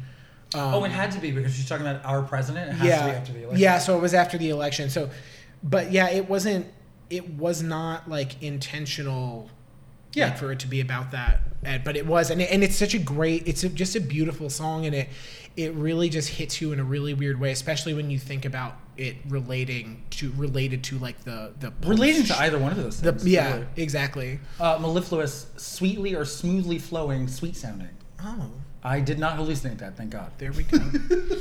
Um, oh, it had to be because she's talking about our president. It has yeah, to be after the election. yeah. So it was after the election. So, but yeah, it wasn't. It was not like intentional. Yeah. like, for it to be about that, and- but it was, and it, and it's such a great. It's a, just a beautiful song, and it it really just hits you in a really weird way, especially when you think about it relating to related to like the the Relating Polish- to either one of those the things. yeah really. exactly. Uh, mellifluous, sweetly or smoothly flowing, sweet sounding. Oh, I did not hallucinate that, thank God. there we go. oh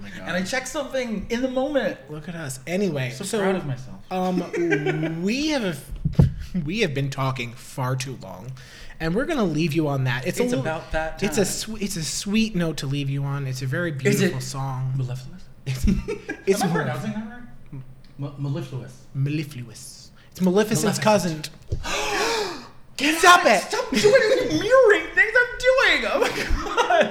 my god! And I checked something in the moment. Look at us. Anyway, So, proud of myself. Um, we have we have been talking far too long, and we're gonna leave you on that. It's, a It's little- about that It's a time. sw- it's a sweet note to leave you on. It's a very beautiful song. mellifluous? it's Am I mal- pronouncing that right? M- mellifluous. mellifluous. It's Maleficent's Maleficent. cousin. Stop it! Stop doing mirroring things I'm doing! Oh my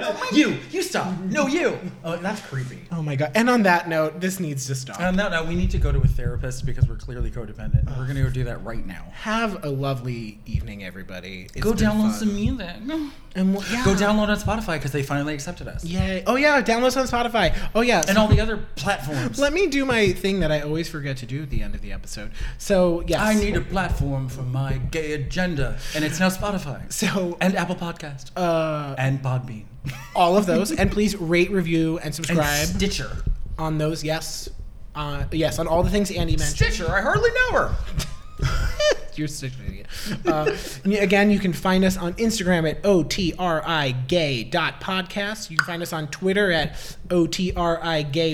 god! you! You stop! No, you! Oh, that's creepy. Oh my god! And on that note, this needs to stop. Um, no, no, we need to go to a therapist because we're clearly codependent. We're gonna go do that right now. have a lovely evening, everybody. It's Go been download fun. some music. And we'll- yeah. Go download on Spotify because they finally accepted us. Yay! Oh yeah, download us on Spotify. Oh yeah, And all the other platforms. Let me do my thing that I always forget to do at the end of the episode. So yes, I need a platform for my gay agenda, and it's now Spotify so and Apple Podcast uh, and Podbean all of those, and please rate, review, and and subscribe Stitcher. on those. Yes, uh, yes, on all the things Andy mentioned. Stitcher, I hardly know her. You're such an idiot. Uh, and again, you can find us on Instagram at otri dot podcast. You can find us on Twitter at otri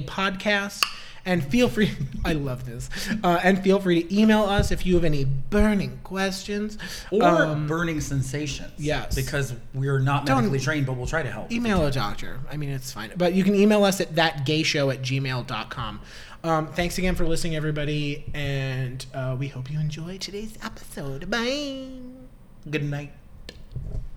podcast. And feel free, I love this. Uh, and feel free to email us if you have any burning questions Or Um, burning sensations. yes. Because we're not Don't- e- medically trained, but we'll try to help. email a doctor. I mean, it's fine. But you can email us at thatgayshow at gmail.com. Um, thanks again for listening, everybody. And uh, we hope you enjoy today's episode. Bye. Good night.